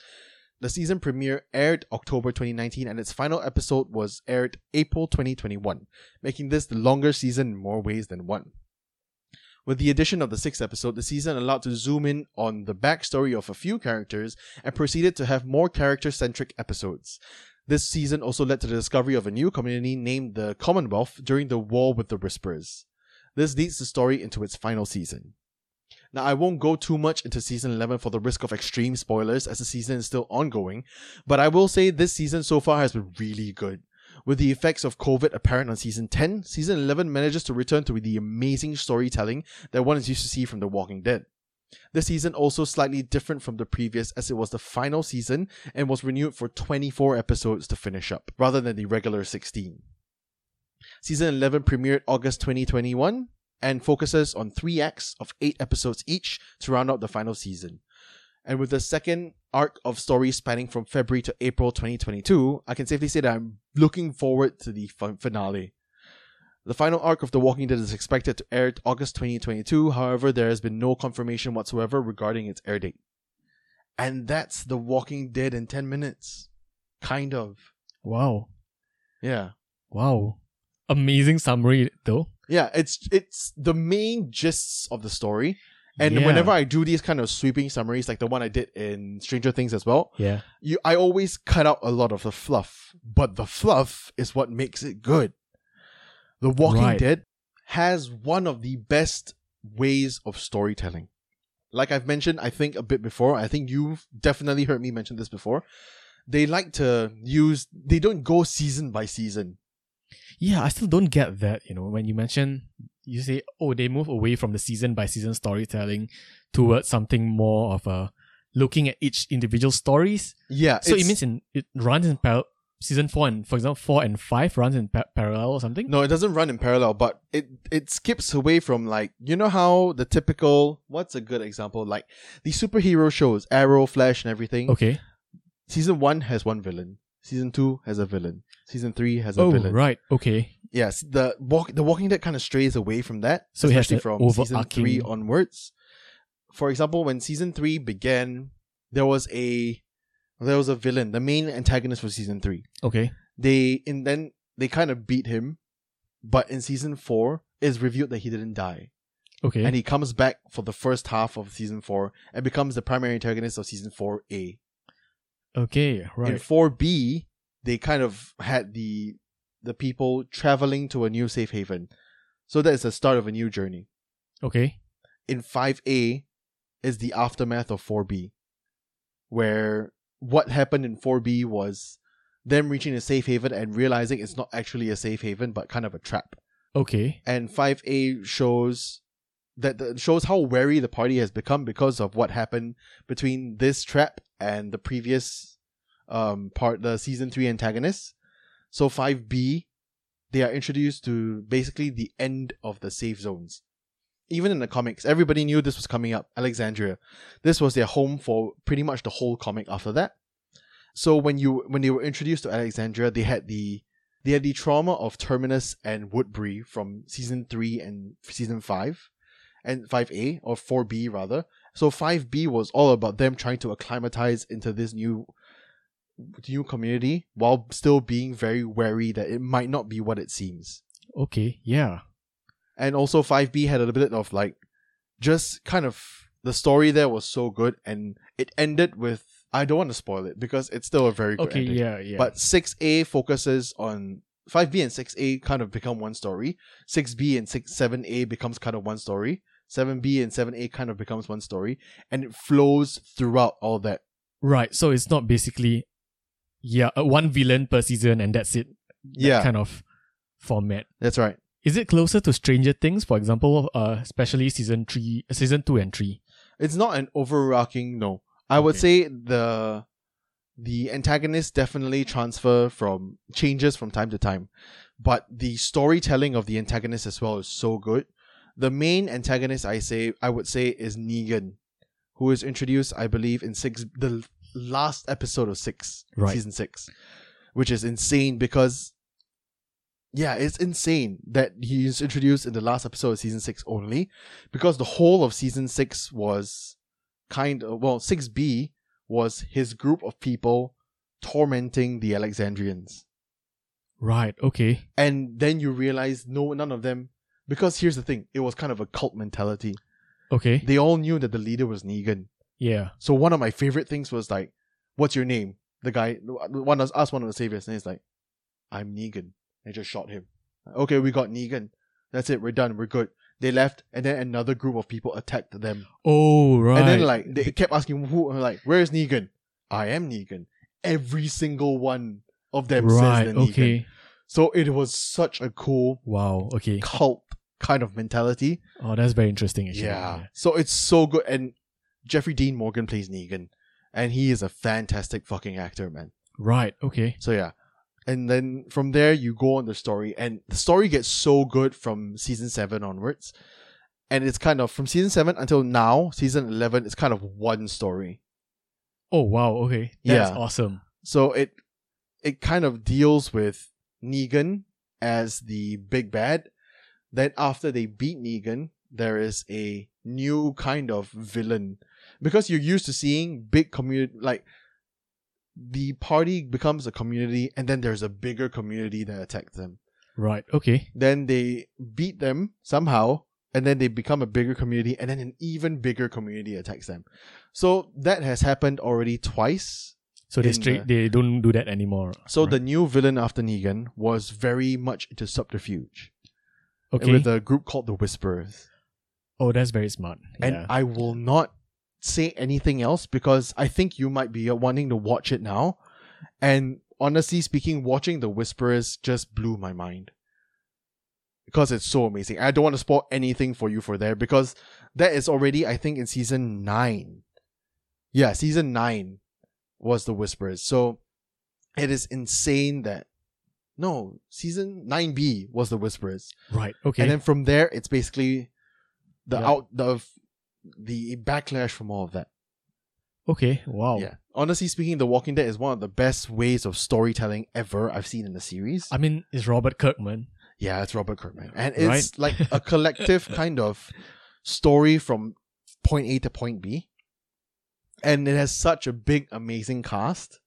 A: The season premiere aired October 2019 and its final episode was aired April 2021, making this the longer season in more ways than one. With the addition of the sixth episode, the season allowed to zoom in on the backstory of a few characters and proceeded to have more character centric episodes. This season also led to the discovery of a new community named the Commonwealth during the war with the Whisperers. This leads the story into its final season. Now, I won't go too much into season 11 for the risk of extreme spoilers as the season is still ongoing, but I will say this season so far has been really good. With the effects of COVID apparent on season 10, season 11 manages to return to the amazing storytelling that one is used to see from The Walking Dead. This season also slightly different from the previous as it was the final season and was renewed for 24 episodes to finish up rather than the regular 16. Season 11 premiered August 2021 and focuses on 3 acts of 8 episodes each to round out the final season. And with the second arc of stories spanning from February to April 2022, I can safely say that I'm looking forward to the fin- finale. The final arc of The Walking Dead is expected to air August 2022. However, there has been no confirmation whatsoever regarding its air date. And that's The Walking Dead in 10 minutes. Kind of.
B: Wow.
A: Yeah.
B: Wow. Amazing summary though.
A: Yeah, it's it's the main gists of the story. And
B: Yeah.
A: whenever I do these kind of sweeping summaries like the one I did in Stranger Things as well,
B: Yeah.
A: you I always cut out a lot of the fluff, but the fluff is what makes it good. The Walking
B: Right.
A: Dead has one of the best ways of storytelling. Like I've mentioned, I think a bit before, I think you've definitely heard me mention this before. They like to use they don't go season by season.
B: Yeah, I still don't get that, you know, when you mention you say, oh, they move away from the season by season storytelling towards something more of a looking at each individual stories.
A: Yeah.
B: So it
A: it's-
B: means in it runs in par- season four and for example four and five runs in pa- parallel or something.
A: No, it doesn't run in parallel, but it it skips away from like you know how the typical what's a good example? Like the superhero shows, Arrow, Flash and everything.
B: Okay.
A: season one has one villain. Season two has a villain. Season three has a
B: Oh
A: villain.
B: right. Okay.
A: Yes, the walk the Walking Dead kind of strays away from that,
B: So it has
A: especially
B: that
A: from season
B: overarching-
A: three onwards. For example, when season three began, there was a there was a villain, the main antagonist for season three.
B: Okay.
A: They and then they kind of beat him, but in season four, it's revealed that he didn't die,
B: Okay.
A: and he comes back for the first half of season four and becomes the primary antagonist of season four A.
B: okay.
A: in
B: Right.
A: 4B, they kind of had the the people traveling to a new safe haven. So that is the start of a new journey.
B: Okay.
A: In 5A is the aftermath of 4B, where what happened in 4B was them reaching a safe haven and realizing it's not actually a safe haven but kind of a trap.
B: Okay.
A: And 5A shows that that shows how wary the party has become because of what happened between this trap and the previous um part the season 3 antagonist so 5b they are introduced to basically the end of the safe zones even in the comics everybody knew this was coming up alexandria this was their home for pretty much the whole comic after that so when you when they were introduced to alexandria they had the they had the trauma of terminus and woodbury from season 3 and season 5 and 5a or 4b rather so 5b was all about them trying to acclimatize into this new new community while still being very wary that it might not be what it seems.
B: Okay. Yeah.
A: And also 5B had a bit of like just kind of the story there was so good and it ended with I don't want to spoil it because it's still a very good
B: Okay.
A: ending.
B: Yeah. Yeah.
A: But 6A focuses on 5B and 6A kind of become one story. 6B and 6 7A becomes kind of one story. 7B and 7A kind of becomes one story and it flows throughout all that.
B: Right. So it's not basically yeah, uh, one villain per season and that's it. that
A: yeah,
B: Kind of format.
A: that's right.
B: Is it closer to Stranger Things, for example, uh, especially season three, uh, season two and three?
A: It's not an overarching no. I would say the the antagonists definitely transfer from changes from time to time, but the storytelling of the antagonist as well is so good. The main antagonist I say I would say is Negan, who is introduced I believe in six the last episode of six
B: Right.
A: season six, which is insane because. Yeah, it's insane that he is introduced in the last episode of season six only, because the whole of season six was kind of well, six B was his group of people tormenting the Alexandrians,
B: Right. Okay.
A: and then you realize no, none of them. Because here's the thing, it was kind of a cult mentality.
B: Okay.
A: They all knew that the leader was Negan.
B: yeah.
A: So one of my favorite things was like, "What's your name?" The guy, one of asked one of the saviors, and he's like, "I'm Negan." They just shot him. Okay, we got Negan. That's it. We're done. We're good. They left, and then another group of people attacked them.
B: Oh right.
A: And then like they kept asking who and like where is Negan? I am Negan. Every single one of them
B: right.
A: says that Negan.
B: Okay.
A: So it was such a cool
B: Wow. Okay.
A: cult kind of mentality.
B: Oh, that's very interesting. Actually.
A: So it's so good and Jeffrey Dean Morgan plays Negan and he is a fantastic fucking actor, man.
B: Right. Okay.
A: So yeah. And then from there you go on the story and the story gets so good from season 7 onwards. And it's kind of from season 7 until now, season 11 it's kind of one story.
B: Oh wow. Okay. That's
A: Yeah.
B: awesome.
A: So it it kind of deals with Negan as the big bad. Then after they beat Negan, there is a new kind of villain because you're used to seeing big community like the party becomes a community and then there's a bigger community that attacks them.
B: Right. Okay.
A: Then they beat them somehow and then they become a bigger community and then an even bigger community attacks them. So that has happened already twice
B: So they
A: In
B: straight they don't do that anymore.
A: so
B: right?
A: the new villain after Negan was very much into subterfuge
B: okay.
A: with a group called the Whisperers.
B: oh, that's very smart.
A: And
B: yeah.
A: I will not say anything else because I think you might be wanting to watch it now. And honestly speaking, watching the Whisperers just blew my mind because it's so amazing. I don't want to spoil anything for you for there because that is already I think in season nine. Yeah, season nine was the Whisperers. So it is insane that no season nine B was the Whisperers.
B: right. Okay.
A: And then from there, it's basically the
B: Yeah.
A: out the the backlash from all of that.
B: okay. Wow.
A: Yeah. Honestly speaking, The Walking Dead is one of the best ways of storytelling ever I've seen in the series.
B: I mean, it's Robert Kirkman.
A: yeah, it's Robert Kirkman, and
B: Right.
A: it's like
B: [laughs]
A: a collective kind of story from point A to point B, and it has such a big, amazing cast,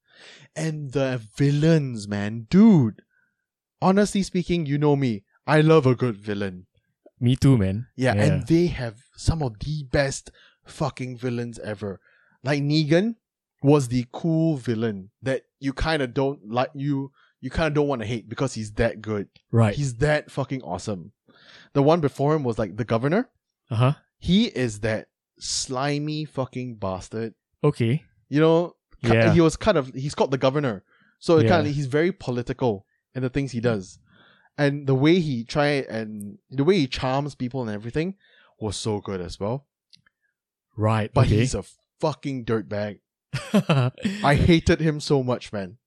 A: and the villains, man, dude. Honestly speaking, you know me. I love a good villain.
B: Me too, man.
A: Yeah, and they have some of the best fucking villains ever. Like Negan was the cool villain that you kind of don't like you you kind of don't want to hate because he's that good.
B: right.
A: He's that fucking awesome. The one before him was like the governor.
B: Uh huh.
A: He is that slimy fucking bastard.
B: Okay.
A: You know, ki-
B: Yeah.
A: he was kind of he's called the governor. So it
B: Yeah.
A: kind of he's very political in the things he does. And the way he try and the way he charms people and everything was so good as well.
B: Right.
A: But
B: okay.
A: he's a fucking dirtbag. I
B: I
A: hated him so much, man.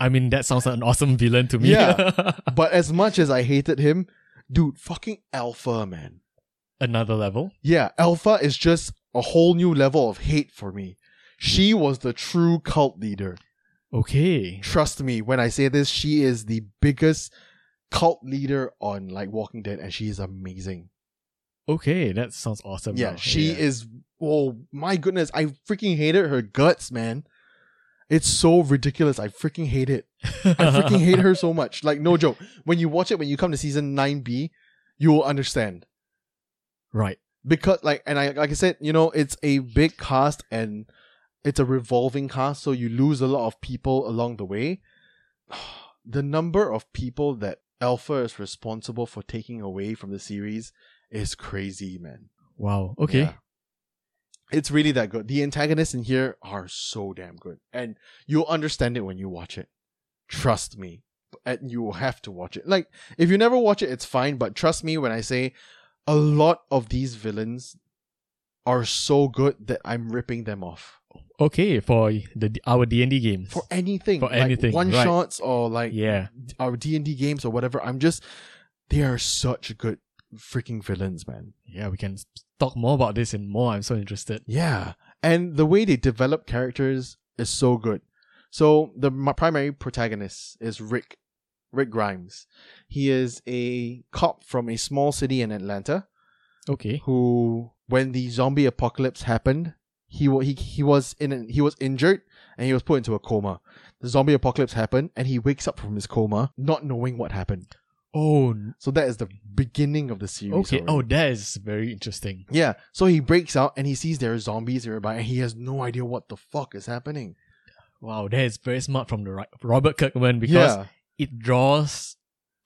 B: I mean that sounds like an awesome villain to me.
A: Yeah. But as much as I hated him, dude, fucking alpha, man.
B: [laughs] Another level.
A: Yeah, alpha is just a whole new level of hate for me. She was the true cult leader.
B: Okay.
A: trust me when I say this, she is the biggest cult leader on like Walking Dead, and she is amazing.
B: Okay, that sounds awesome.
A: yeah,
B: now.
A: she
B: Yeah.
A: is. Oh my goodness, I freaking hated her guts, man. It's so ridiculous. I freaking hate it.
B: [laughs]
A: I freaking hate her so much. Like no joke. When you watch it, when you come to season nine B, you will understand
B: Right.
A: because like and I like I said, you know, it's a big cast and it's a revolving cast, so you lose a lot of people along the way. [sighs] The number of people that Alpha is responsible for taking away from the series is crazy, man.
B: Wow. Okay.
A: Yeah. It's really that good. The antagonists in here are so damn good. And you'll understand it when you watch it. Trust me. And you will have to watch it. Like, if you never watch it, it's fine. But trust me when I say a lot of these villains are so good that I'm ripping them off.
B: Okay. For the our D and D games.
A: For anything.
B: For
A: like
B: anything,
A: One
B: right.
A: shots or like
B: yeah.
A: our D and D games or whatever. I'm just they are such good freaking villains, man.
B: Yeah. We can s- talk more about this and more. I'm so interested.
A: Yeah, and the way they develop characters is so good. So the m- primary protagonist is Rick, Rick Grimes. He is a cop from a small city in Atlanta
B: Okay.
A: who, when the zombie apocalypse happened, he wa- he he was in an, he was injured and he was put into a coma. The zombie apocalypse happened and he wakes up from his coma not knowing what happened.
B: Oh.
A: So that is the beginning of the series.
B: Okay.
A: already.
B: Oh, that is very interesting.
A: Yeah, so he breaks out and he sees there are zombies nearby and he has no idea what the fuck is happening.
B: Wow, that is very smart from the right Robert Kirkman because
A: yeah,
B: it draws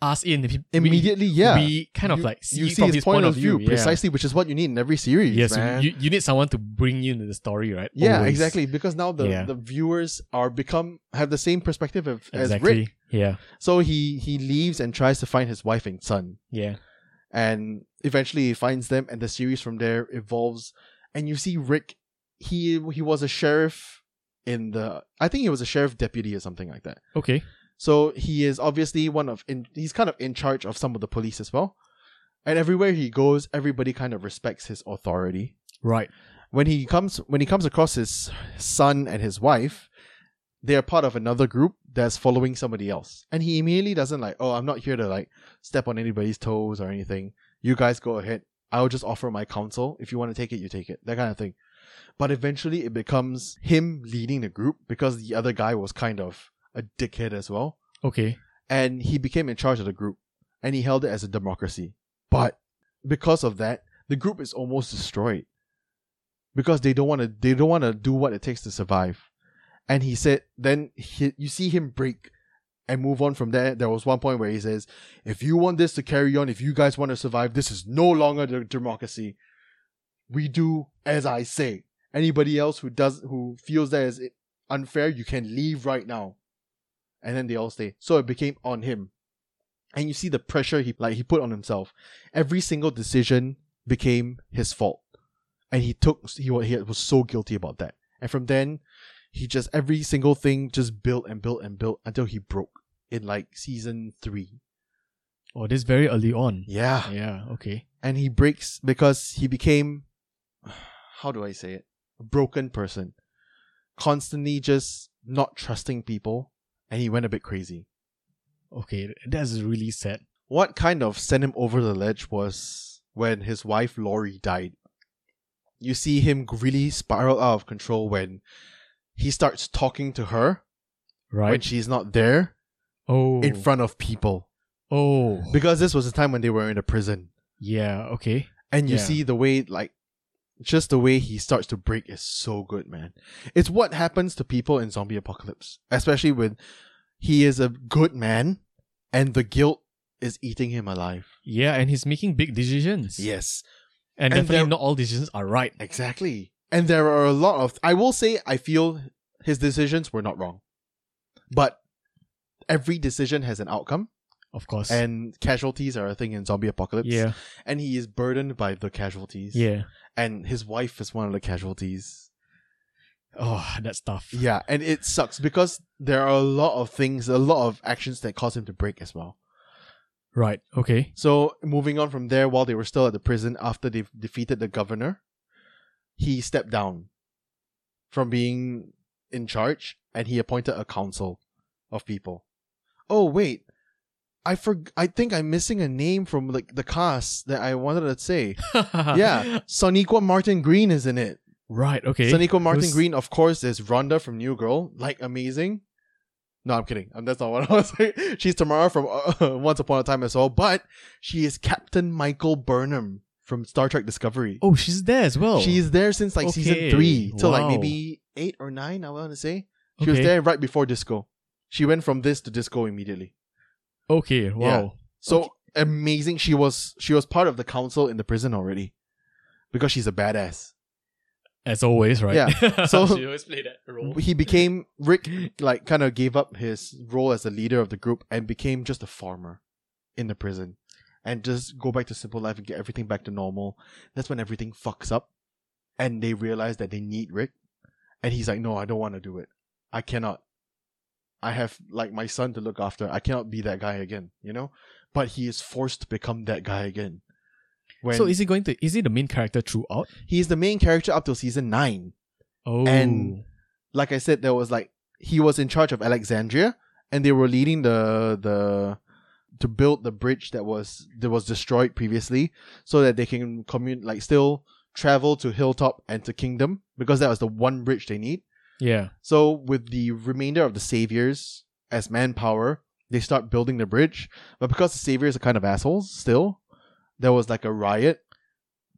B: us in We-
A: immediately, yeah.
B: We kind of
A: You-
B: like see,
A: you
B: it
A: see
B: from
A: his point of view,
B: yeah.
A: precisely, which is what you need in every series,
B: Yes,
A: man.
B: you, you need someone to bring you into the story, right?
A: yeah,
B: Always.
A: exactly. Because now the,
B: Yeah.
A: the viewers are become have the same perspective of,
B: Exactly.
A: as Rick.
B: Yeah.
A: So he he leaves and tries to find his wife and son,
B: Yeah.
A: and eventually he finds them, and the series from there evolves. And you see Rick, he he was a sheriff in the I think he was a sheriff deputy or something like that.
B: Okay.
A: So he is obviously one of in, he's kind of in charge of some of the police as well. And everywhere he goes, everybody kind of respects his authority.
B: Right.
A: When he comes when he comes across his son and his wife, they are part of another group that's following somebody else. And he immediately doesn't like, "Oh, I'm not here to like step on anybody's toes or anything. You guys go ahead. I'll just offer my counsel. If you want to take it, you take it." That kind of thing. But eventually it becomes him leading the group because the other guy was kind of a dickhead as well
B: Okay.
A: and he became in charge of the group and he held it as a democracy. But because of that, the group is almost destroyed because they don't want to they don't want to do what it takes to survive. And he said then he, you see him break and move on from there. There was one point where he says, "If you want this to carry on, if you guys want to survive, this is no longer the democracy. We do as I say. Anybody else who does who feels that is unfair, you can leave right now." and then they all stay. So it became on him. And you see the pressure he like he put on himself. Every single decision became his fault. And he took he was, he was so guilty about that. And from then he just every single thing just built and built and built until he broke in like season 3.
B: Oh, this very early on.
A: Yeah.
B: Yeah. Okay.
A: And he breaks because he became how do I say it? A broken person. Constantly just not trusting people and he went a bit crazy.
B: Okay. That's really sad.
A: what kind of sent him over the ledge was when his wife Laurie died. You see him really spiral out of control when he starts talking to her when
B: Right.
A: she's not there
B: oh.
A: in front of people.
B: Oh.
A: Because this was the time when they were in a prison.
B: yeah. Okay.
A: And you
B: Yeah.
A: see the way, like, just the way he starts to break is so good, man. It's what happens to people in zombie apocalypse, especially when he is a good man and the guilt is eating him alive.
B: Yeah, and he's making big decisions.
A: Yes.
B: And,
A: And
B: definitely
A: there-
B: not all decisions are right.
A: Exactly. And there are a lot of I will say I feel his decisions were not wrong. But every decision has an outcome
B: Of course.
A: and casualties are a thing in zombie apocalypse.
B: yeah.
A: And he is burdened by the casualties.
B: Yeah.
A: And his wife is one of the casualties.
B: Oh, that's tough.
A: Yeah, and it sucks because there are a lot of things, a lot of actions that cause him to break as well.
B: Right. Okay.
A: So moving on from there, while they were still at the prison after they defeated the governor, he stepped down from being in charge and he appointed a council of people. Oh wait, I for I think I'm missing a name from like the cast that I wanted to say. [laughs] yeah, Soniqua Martin Green is in it.
B: [laughs] Right. Okay.
A: Soniqua Martin
B: Who's-
A: Green, of course, is Rhonda from New Girl, like amazing. No, I'm kidding. Um, That's not what [laughs] I was saying. She's Tamara from uh, [laughs] Once Upon a Time as well, but she is Captain Michael Burnham from Star Trek Discovery.
B: Oh, she's there as well.
A: She's there since like season
B: Okay.
A: three till like
B: Wow.
A: maybe eight or nine. I want to say she was
B: Okay.
A: there right before Disco. She went from this to Disco immediately.
B: Okay. Wow.
A: So amazing. She was she was part of the council in the prison already because she's a badass.
B: as always, right? [laughs]
A: Yeah, so-
B: she always played that role.
A: He became Rick, like kind of gave up his role as the leader of the group and became just a farmer in the prison, and just go back to simple life and get everything back to normal. That's when everything fucks up, and they realize that they need Rick, and he's like, "No, I don't want to do it. I cannot. I have like my son to look after. I cannot be that guy again." You know, but he is forced to become that guy again. When
B: so is he going to? Is he the main character throughout?
A: he's the main character up till season nine.
B: Oh,
A: And- like I said, there was like he was in charge of Alexandria, and they were leading the the to build the bridge that was that was destroyed previously, so that they can commune like still travel to Hilltop and to Kingdom because that was the one bridge they need.
B: yeah,
A: So with the remainder of the Saviors as manpower, they start building the bridge, but because the Saviors are kind of assholes still, there was like a riot,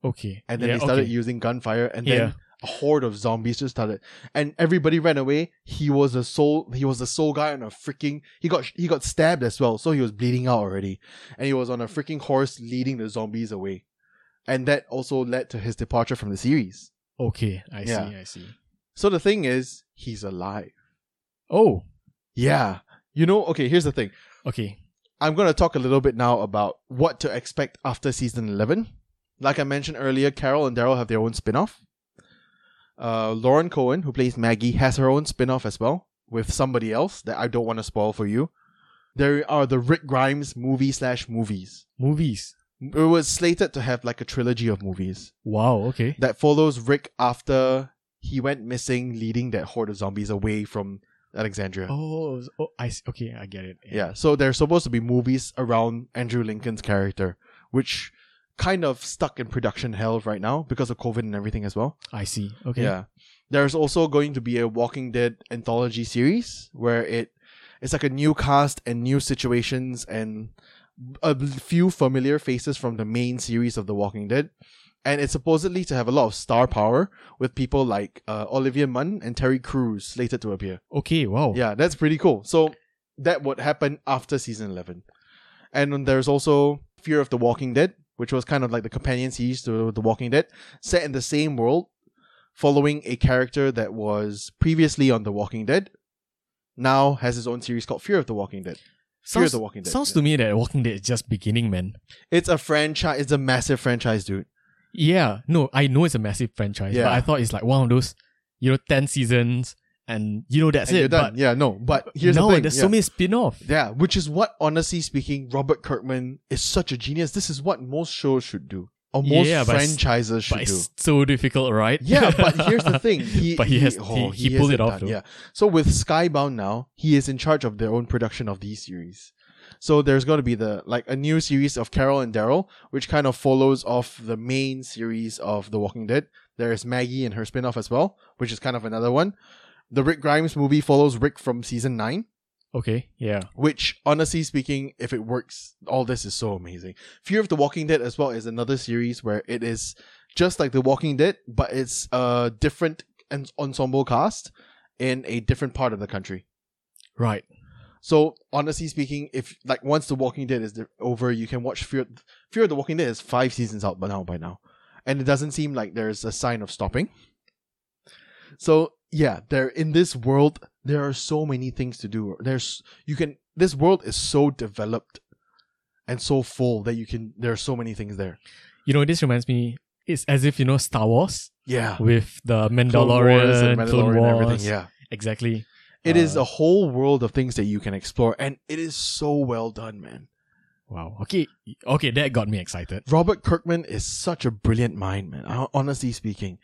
B: okay.
A: and then
B: yeah,
A: they started
B: okay.
A: using gunfire, and then
B: yeah,
A: a horde of zombies just started, and everybody ran away. He was the sole. He was the sole guy on a freaking. He got he got stabbed as well, so he was bleeding out already, and he was on a freaking horse leading the zombies away, and that also led to his departure from the series.
B: okay. I
A: Yeah.
B: see. I see.
A: So the thing is, he's alive.
B: Oh,
A: Yeah, you know. Okay, here's the thing.
B: okay.
A: I'm going to talk a little bit now about what to expect after season 11. Like I mentioned earlier, Carol and Daryl have their own spin off. Uh, Lauren Cohen, who plays Maggie, has her own spin off as well with somebody else that I don't want to spoil for you. There are the Rick Grimes movie slash movies.
B: Movies.
A: It was slated to have like a trilogy of movies
B: Wow. Okay.
A: that follows Rick after he went missing, leading that horde of zombies away from Alexandria.
B: Oh, s- oh, I see. okay. I get it.
A: Yeah, so there's supposed to be movies around Andrew Lincoln's character, which kind of stuck in production hell right now because of COVID and everything as well.
B: I see. Okay.
A: Yeah. There's also going to be a Walking Dead anthology series where it it's like a new cast and new situations and a few familiar faces from the main series of The Walking Dead. And it's supposedly to have a lot of star power with people like uh, Olivia Munn and Terry Crews slated to appear.
B: Okay. Wow.
A: Yeah, that's pretty cool. So that would happen after season 11. And then there's also Fear of the Walking Dead, which was kind of like the companion series to The Walking Dead, set in the same world, following a character that was previously on The Walking Dead, now has his own series called Fear of the Walking Dead. Fear of
B: Sounds,
A: the Walking Dead.
B: sounds to me that Walking Dead is just beginning, man.
A: It's a franchise, it's a massive franchise, dude.
B: Yeah, no, I know it's a massive franchise,
A: Yeah.
B: but I thought it's like one of those, you know, ten seasons, and you know that's
A: And
B: it.
A: you're done.
B: But
A: yeah, no, but here's
B: no,
A: the thing.
B: there's
A: yeah.
B: so many spin-off.
A: yeah, which is what, honestly speaking, Robert Kirkman is such a genius. This is what most shows should do, or most
B: Yeah, but it's-
A: franchises should
B: but
A: do.
B: [laughs] it's so difficult, right?
A: Yeah,
B: [laughs]
A: but here's the thing. He,
B: But he has- he- he
A: has
B: pulled it
A: done-
B: off though.
A: Yeah. So with Skybound now, he is in charge of their own production of these series. So there's going to be the like a new series of Carol and Daryl, which kind of follows off the main series of The Walking Dead. There is Maggie and her spin-off as well, which is kind of another one. The Rick Grimes movie follows Rick from season nine,
B: Okay. Yeah.
A: which honestly speaking, if it works, all this is so amazing. Fear of the Walking Dead as well is another series where it is just like The Walking Dead, but it's a different en- ensemble cast in a different part of the country.
B: Right.
A: So honestly speaking, if like once The Walking Dead is di- over, you can watch Fear Fear of the Walking Dead is five seasons out by now by now, and it doesn't seem like there's a sign of stopping. So yeah, there in this world there are so many things to do. There's you can this world is so developed and so full that you can there are so many things there.
B: You know, this reminds me. It's as if you know Star Wars
A: Yeah,
B: with the Mandalorian,
A: Clone Wars and
B: Clone
A: Mandalorian and
B: Wars.
A: everything. Yeah,
B: Exactly.
A: it is
B: Uh,
A: a whole world of things that you can explore, and it is so well done, man.
B: Wow. Okay. Okay, that got me excited.
A: Robert Kirkman is such a brilliant mind, man. hon- Honestly speaking,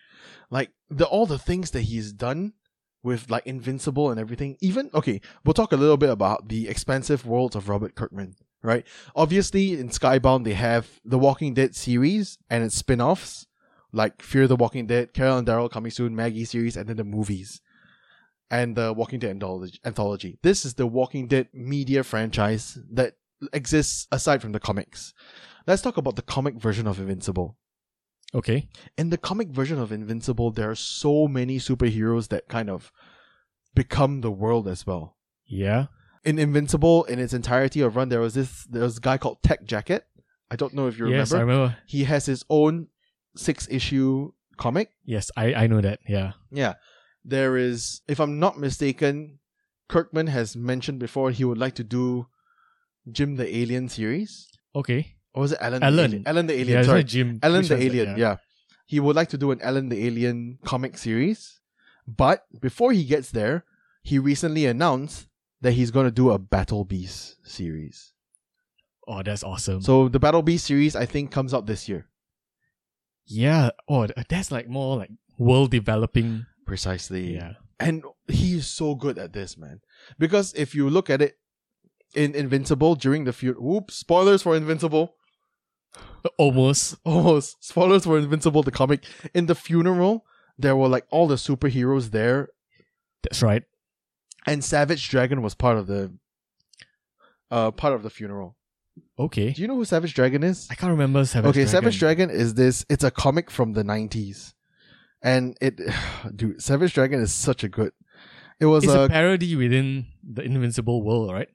A: like the all the things that he's done with like Invincible and everything. Even okay, we'll talk a little bit about the expansive worlds of Robert Kirkman, right? Obviously, in Skybound they have the Walking Dead series and its spin-offs, like Fear the Walking Dead, Carol and Daryl coming soon, Maggie series, and then the movies. And the Walking Dead anthology- anthology. This is the Walking Dead media franchise that exists aside from the comics let's talk about the comic version of Invincible.
B: Okay.
A: In the comic version of Invincible, there are so many superheroes that kind of become the world as well.
B: Yeah.
A: In Invincible, in its entirety of run, there was this there was a guy called Tech Jacket. I don't know if you
B: yes,
A: remember.
B: I remember.
A: He has his own six issue comic.
B: Yes, I, I know that. Yeah.
A: Yeah. There is, if I'm not mistaken, Kirkman has mentioned before he would like to do Jim the Alien series.
B: Okay.
A: Or was it Alan the
B: Alan.
A: Alien? Alan the Alien,
B: yeah,
A: sorry.
B: Jim.
A: Alan
B: which
A: the
B: one's that?
A: Alien, yeah. He would like to do an Alan the Alien comic series. But before he gets there, he recently announced that he's going to do a Battle Beast series.
B: Oh, that's awesome.
A: So the Battle Beast series, I think, comes out this year.
B: yeah. Oh, th- that's like more like world developing.
A: Precisely.
B: Yeah.
A: And he is so good at this, man. Because if you look at it in Invincible during the feud, whoops, spoilers for Invincible. [laughs]
B: Almost.
A: Almost spoilers for Invincible, the comic. In the funeral, there were like all the superheroes there,
B: That's right.
A: and Savage Dragon was part of the uh part of the funeral.
B: Okay.
A: Do you know who Savage Dragon is?
B: I can't remember Savage
A: okay,
B: Dragon.
A: Savage Dragon is this. It's a comic from the nineties, and it, [sighs] dude, Savage Dragon is such a good. It was
B: It's
A: a,
B: a parody within the Invincible world, right?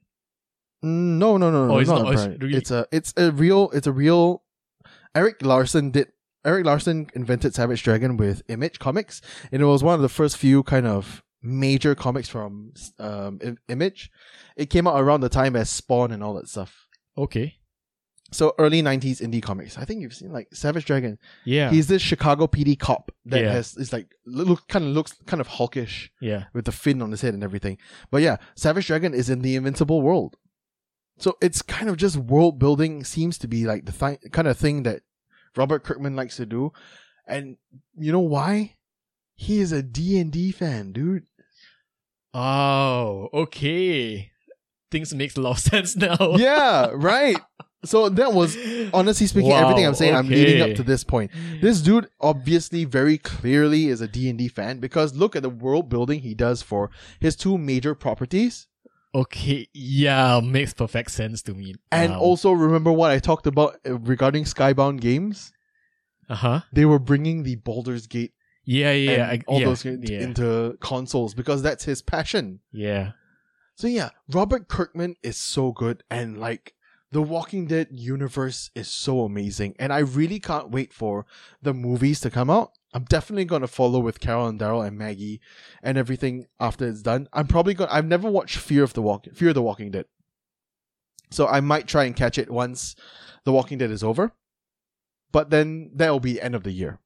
A: Mm, No, no, no, no.
B: Oh, it's
A: not,
B: not-
A: a
B: it's
A: parody.
B: really-
A: It's a it's a real it's a real Eric Larson did Eric Larson invented Savage Dragon with Image Comics and it was one of the first few kind of major comics from um, I- Image. It came out around the time as Spawn and all that stuff.
B: Okay.
A: So early 90s indie comics. I think you've seen like Savage Dragon.
B: Yeah.
A: He's this Chicago PD cop that
B: Yeah.
A: has is like look kind of looks kind of hawkish
B: yeah.
A: with the fin on his head and everything. But yeah, Savage Dragon is in the Invincible world. So it's kind of just world building seems to be like the thi- kind of thing that Robert Kirkman likes to do. And you know why? He is a D&D fan,
B: [laughs]
A: dude.
B: Oh, okay. Things makes a lot of [laughs] sense now.
A: yeah, right. So that
B: [laughs]
A: was honestly speaking
B: Wow,
A: everything I'm saying I'm leading up
B: okay.
A: to this point. This dude obviously very clearly is a D&D fan because look at the world building he does for his two major properties.
B: Okay, yeah, makes perfect sense to me. Um,
A: And also remember what I talked about uh, regarding Skybound games.
B: uh huh,
A: They were bringing the Baldur's Gate
B: yeah, yeah,
A: and
B: yeah, I,
A: all
B: yeah,
A: those games
B: yeah,
A: into consoles because that's his passion.
B: yeah,
A: So yeah, Robert Kirkman is so good, and like the Walking Dead universe is so amazing, and I really can't wait for the movies to come out. I'm definitely gonna follow with Carol and Daryl and Maggie and everything after it's done. I'm probably gonna. I've never watched Fear of the Walk Fear of the Walking Dead, so I might try and catch it once the Walking Dead is over. But then that will be the end of the year.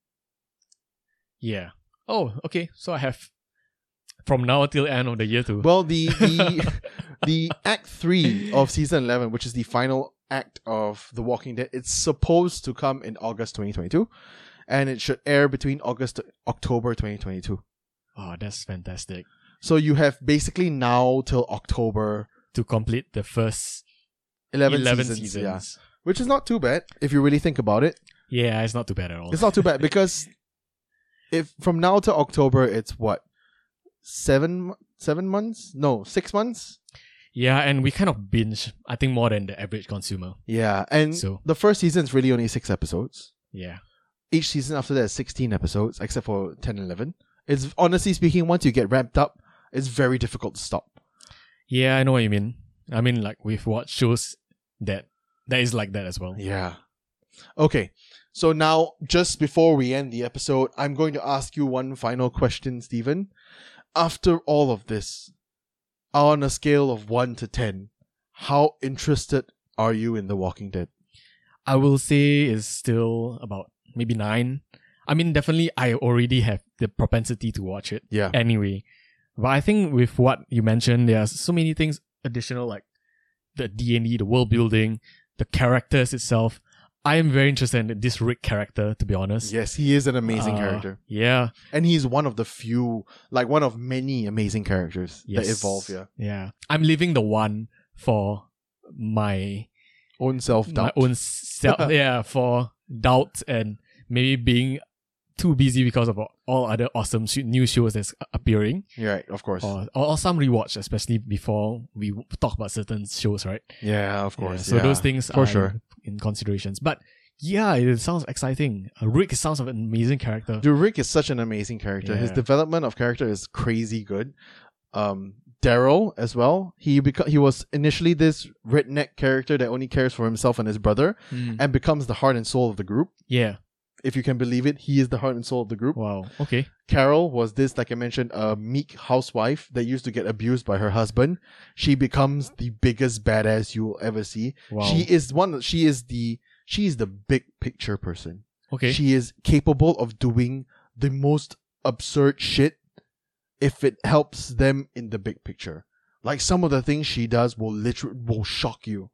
B: yeah. Oh, okay. So I have from now till end of the year to
A: Well, the the [laughs] the act three of season eleven, which is the final act of The Walking Dead, it's supposed to come in August 2022, and it should air between August to October 2022.
B: oh, that's fantastic
A: So you have basically now till October
B: to complete the first
A: 11,
B: eleven
A: seasons,
B: seasons.
A: yeah. which is not too bad if you really think about it.
B: Yeah. it's not too bad at all.
A: It's not too bad because if from now to October, it's what seven seven months? No, six months.
B: yeah, and we kind of binge. I think more than the average consumer.
A: Yeah, and
B: So-
A: the first season is really only six episodes.
B: Yeah,
A: each season after that is 16 episodes except for 10 and 11 it's honestly speaking once you get ramped up it's very difficult to stop
B: yeah, I know what you mean. I mean, like we've watched shows that that is like that as well.
A: yeah okay so now just before we end the episode i'm going to ask you one final question stephen after all of this on a scale of 1 to 10 how interested are you in the walking dead
B: I will say is still about maybe nine. I mean, definitely, I already have the propensity to watch it
A: yeah
B: anyway. But I think with what you mentioned, there are so many things additional, like the DNA, the world building, the characters itself. I am very interested in this Rick character, to be honest.
A: yes he is an amazing
B: Uh,
A: character
B: Yeah.
A: and he's one of the few like one of many amazing characters
B: Yes.
A: that evolve yeah
B: Yeah. I'm leaving the one for my
A: own
B: my
A: self-doubt
B: own
A: [laughs]
B: self. yeah, for doubt and maybe being too busy because of all other awesome sh- new shows that's appearing,
A: You're right, of course.
B: or, or or some rewatch, especially before we w- talk about certain shows, right?
A: yeah, of course.
B: Yeah, so
A: yeah.
B: those things
A: For
B: are
A: sure.
B: in considerations. But yeah, it sounds exciting. Uh, Rick sounds of an amazing character.
A: Dude, Rick is such an amazing character. His
B: Yeah.
A: development of character is crazy good. Um, Daryl as well. He beca- he was initially this redneck character that only cares for himself and his brother,
B: Mm.
A: and becomes the heart and soul of the group.
B: Yeah,
A: if you can believe it, he is the heart and soul of the group.
B: Wow. Okay.
A: Carol was this, like I mentioned, a meek housewife that used to get abused by her husband. She becomes the biggest badass you will ever see.
B: Wow.
A: She is one. She is the she is the big picture person.
B: okay.
A: She is capable of doing the most absurd shit if it helps them in the big picture. Like some of the things she does will literally will shock you.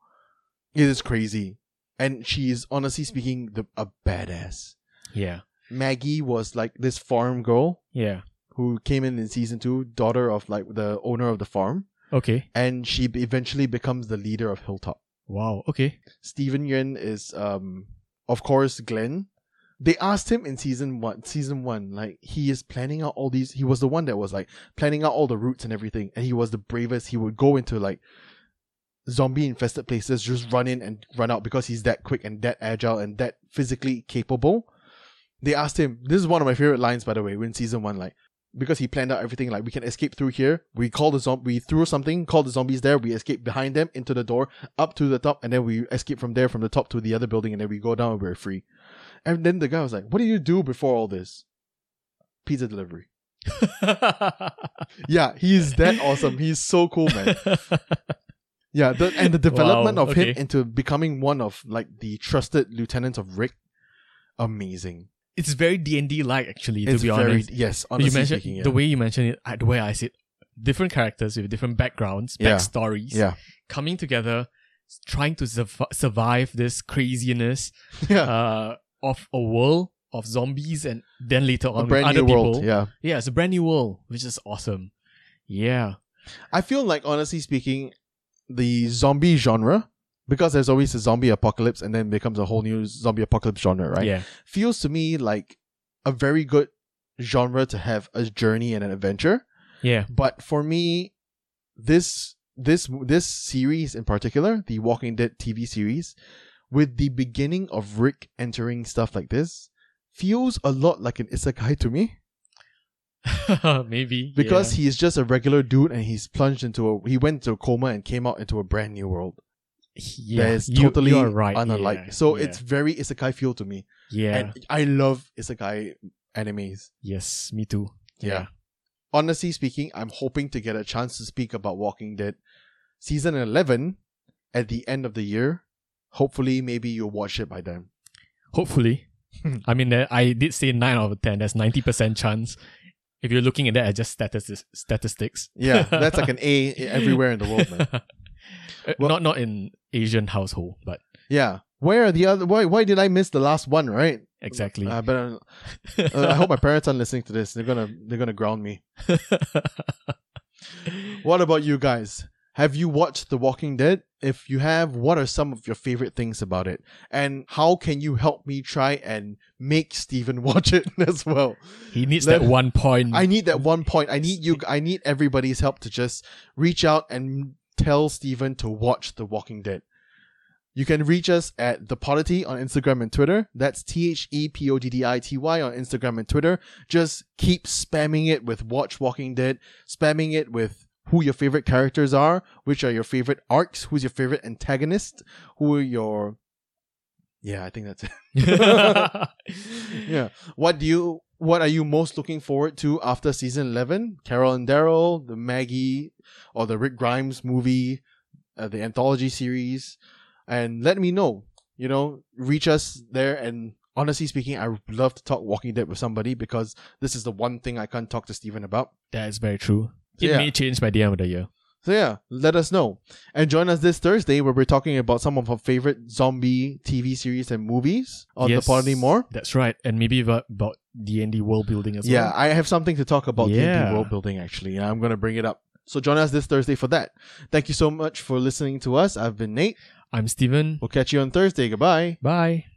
A: It is crazy, and she is honestly speaking the, a badass.
B: yeah.
A: Maggie was like this farm girl
B: Yeah.
A: who came in in season two, daughter of like the owner of the farm,
B: Okay.
A: and she b- eventually becomes the leader of Hilltop.
B: Wow. Okay.
A: Stephen Yuen is, um, of course, Glenn. They asked him in season one, season one, like he is planning out all these. He was the one that was like planning out all the routes and everything, and he was the bravest. He would go into like zombie infested places, just run in and run out because he's that quick and that agile and that physically capable. They asked him. This is one of my favorite lines, by the way, in season one, like. Because he planned out everything, like we can escape through here. We call the zombie, we threw something, called the zombies there. We escape behind them into the door, up to the top, and then we escape from there from the top to the other building, and then we go down and we're free. And then the guy was like, "What do you do before all this?" Pizza delivery. Yeah, he's
B: [laughs]
A: that awesome. He's so cool, man. Yeah, the, and the development
B: [laughs] Wow,
A: of him
B: okay.
A: into becoming one of like the trusted lieutenants of Rick, amazing.
B: [laughs] it's very D and D like actually.
A: it's
B: to be
A: very
B: honest,
A: yes, honestly
B: you mentioned
A: speaking, yeah.
B: the way you mentioned it, I, the way I see it, different characters with different backgrounds,
A: Yeah.
B: backstories,
A: yeah, [laughs]
B: coming together, s- trying to survi- survive
A: [laughs]
B: this craziness
A: yeah,
B: uh, of a world of zombies, and then later on
A: a
B: with
A: brand
B: um, other
A: new
B: people.
A: world. Yeah,
B: Yeah, it's a brand new world, which is awesome. Yeah.
A: I feel like honestly speaking, the zombie genre, because there's always a zombie apocalypse and then becomes a whole new zombie apocalypse genre, right?
B: Yeah.
A: Feels to me like a very good genre to have a journey and an adventure.
B: Yeah. [laughs]
A: But for me, this this this series in particular, the Walking Dead TV series, with the beginning of Rick entering stuff like this, feels a lot like an isekai to me
B: Maybe.
A: because he is just a regular dude and he's plunged into a he went into a coma and came out into a brand new world
B: he, yeah.
A: that is
B: you-
A: totally
B: you are right.
A: unlike
B: Yeah.
A: so
B: Yeah.
A: it's very isekai feel to me
B: Yeah.
A: and i love isekai animes
B: yes, me too.
A: Yeah. honestly speaking i'm hoping to get a chance to speak about walking dead season 11 at the end of the year hopefully maybe you'll watch it by then
B: Hopefully.
A: Hmm.
B: I mean, there- I did say 9 out of 10. That's 90% chance. If you're looking at that as just statistics, statistics.
A: yeah [laughs] that's like an a everywhere in the world [laughs] man
B: [laughs] Uh,
A: Well-
B: not not in Asian household, but
A: yeah where are the other why why did i miss the last one right uh,
B: exactly.
A: [laughs] I better, uh, i hope my parents aren't listening to this they're gonna they're gonna ground me What about you guys? Have you watched The Walking Dead? If you have, what are some of your favorite things about it? And how can you help me try and make Steven [laughs] watch it as well?
B: he needs
A: Let-
B: that one point. [laughs]
A: I [laughs] need that one point. I need you I need everybody's help to just reach out and tell Steven to watch The Walking Dead. You can reach us at The Podity on Instagram and Twitter. That's T H E P O D D I T Y on Instagram and Twitter. Just keep spamming it with Watch Walking Dead, spamming it with who your favorite characters are, which are your favorite arcs, who's your favorite antagonist, who are your. Yeah, I think that's it. yeah. What do you what are you most looking forward to after season 11? Carol and Daryl, the Maggie or the Rick Grimes movie, uh, the anthology series and let me know. You know, reach us there and honestly speaking, I would love to talk Walking Dead with somebody because this is the one thing I can't talk to Steven about.
B: That is very true. It
A: Yeah.
B: may change by the end of the year.
A: So yeah, let us know. And join us this Thursday where we're talking about some of our favorite zombie TV series and movies on
B: Yes,
A: the Party More.
B: That's right. And maybe about, about D&D world building as
A: yeah,
B: well.
A: I have something to talk about yeah.
B: Yeah.
A: D&D world building actually, and I'm going to bring it up. So join us this Thursday for that. Thank you so much for listening to us. I've been Nate.
B: I'm Steven.
A: We'll catch you on Thursday. Goodbye.
B: Bye.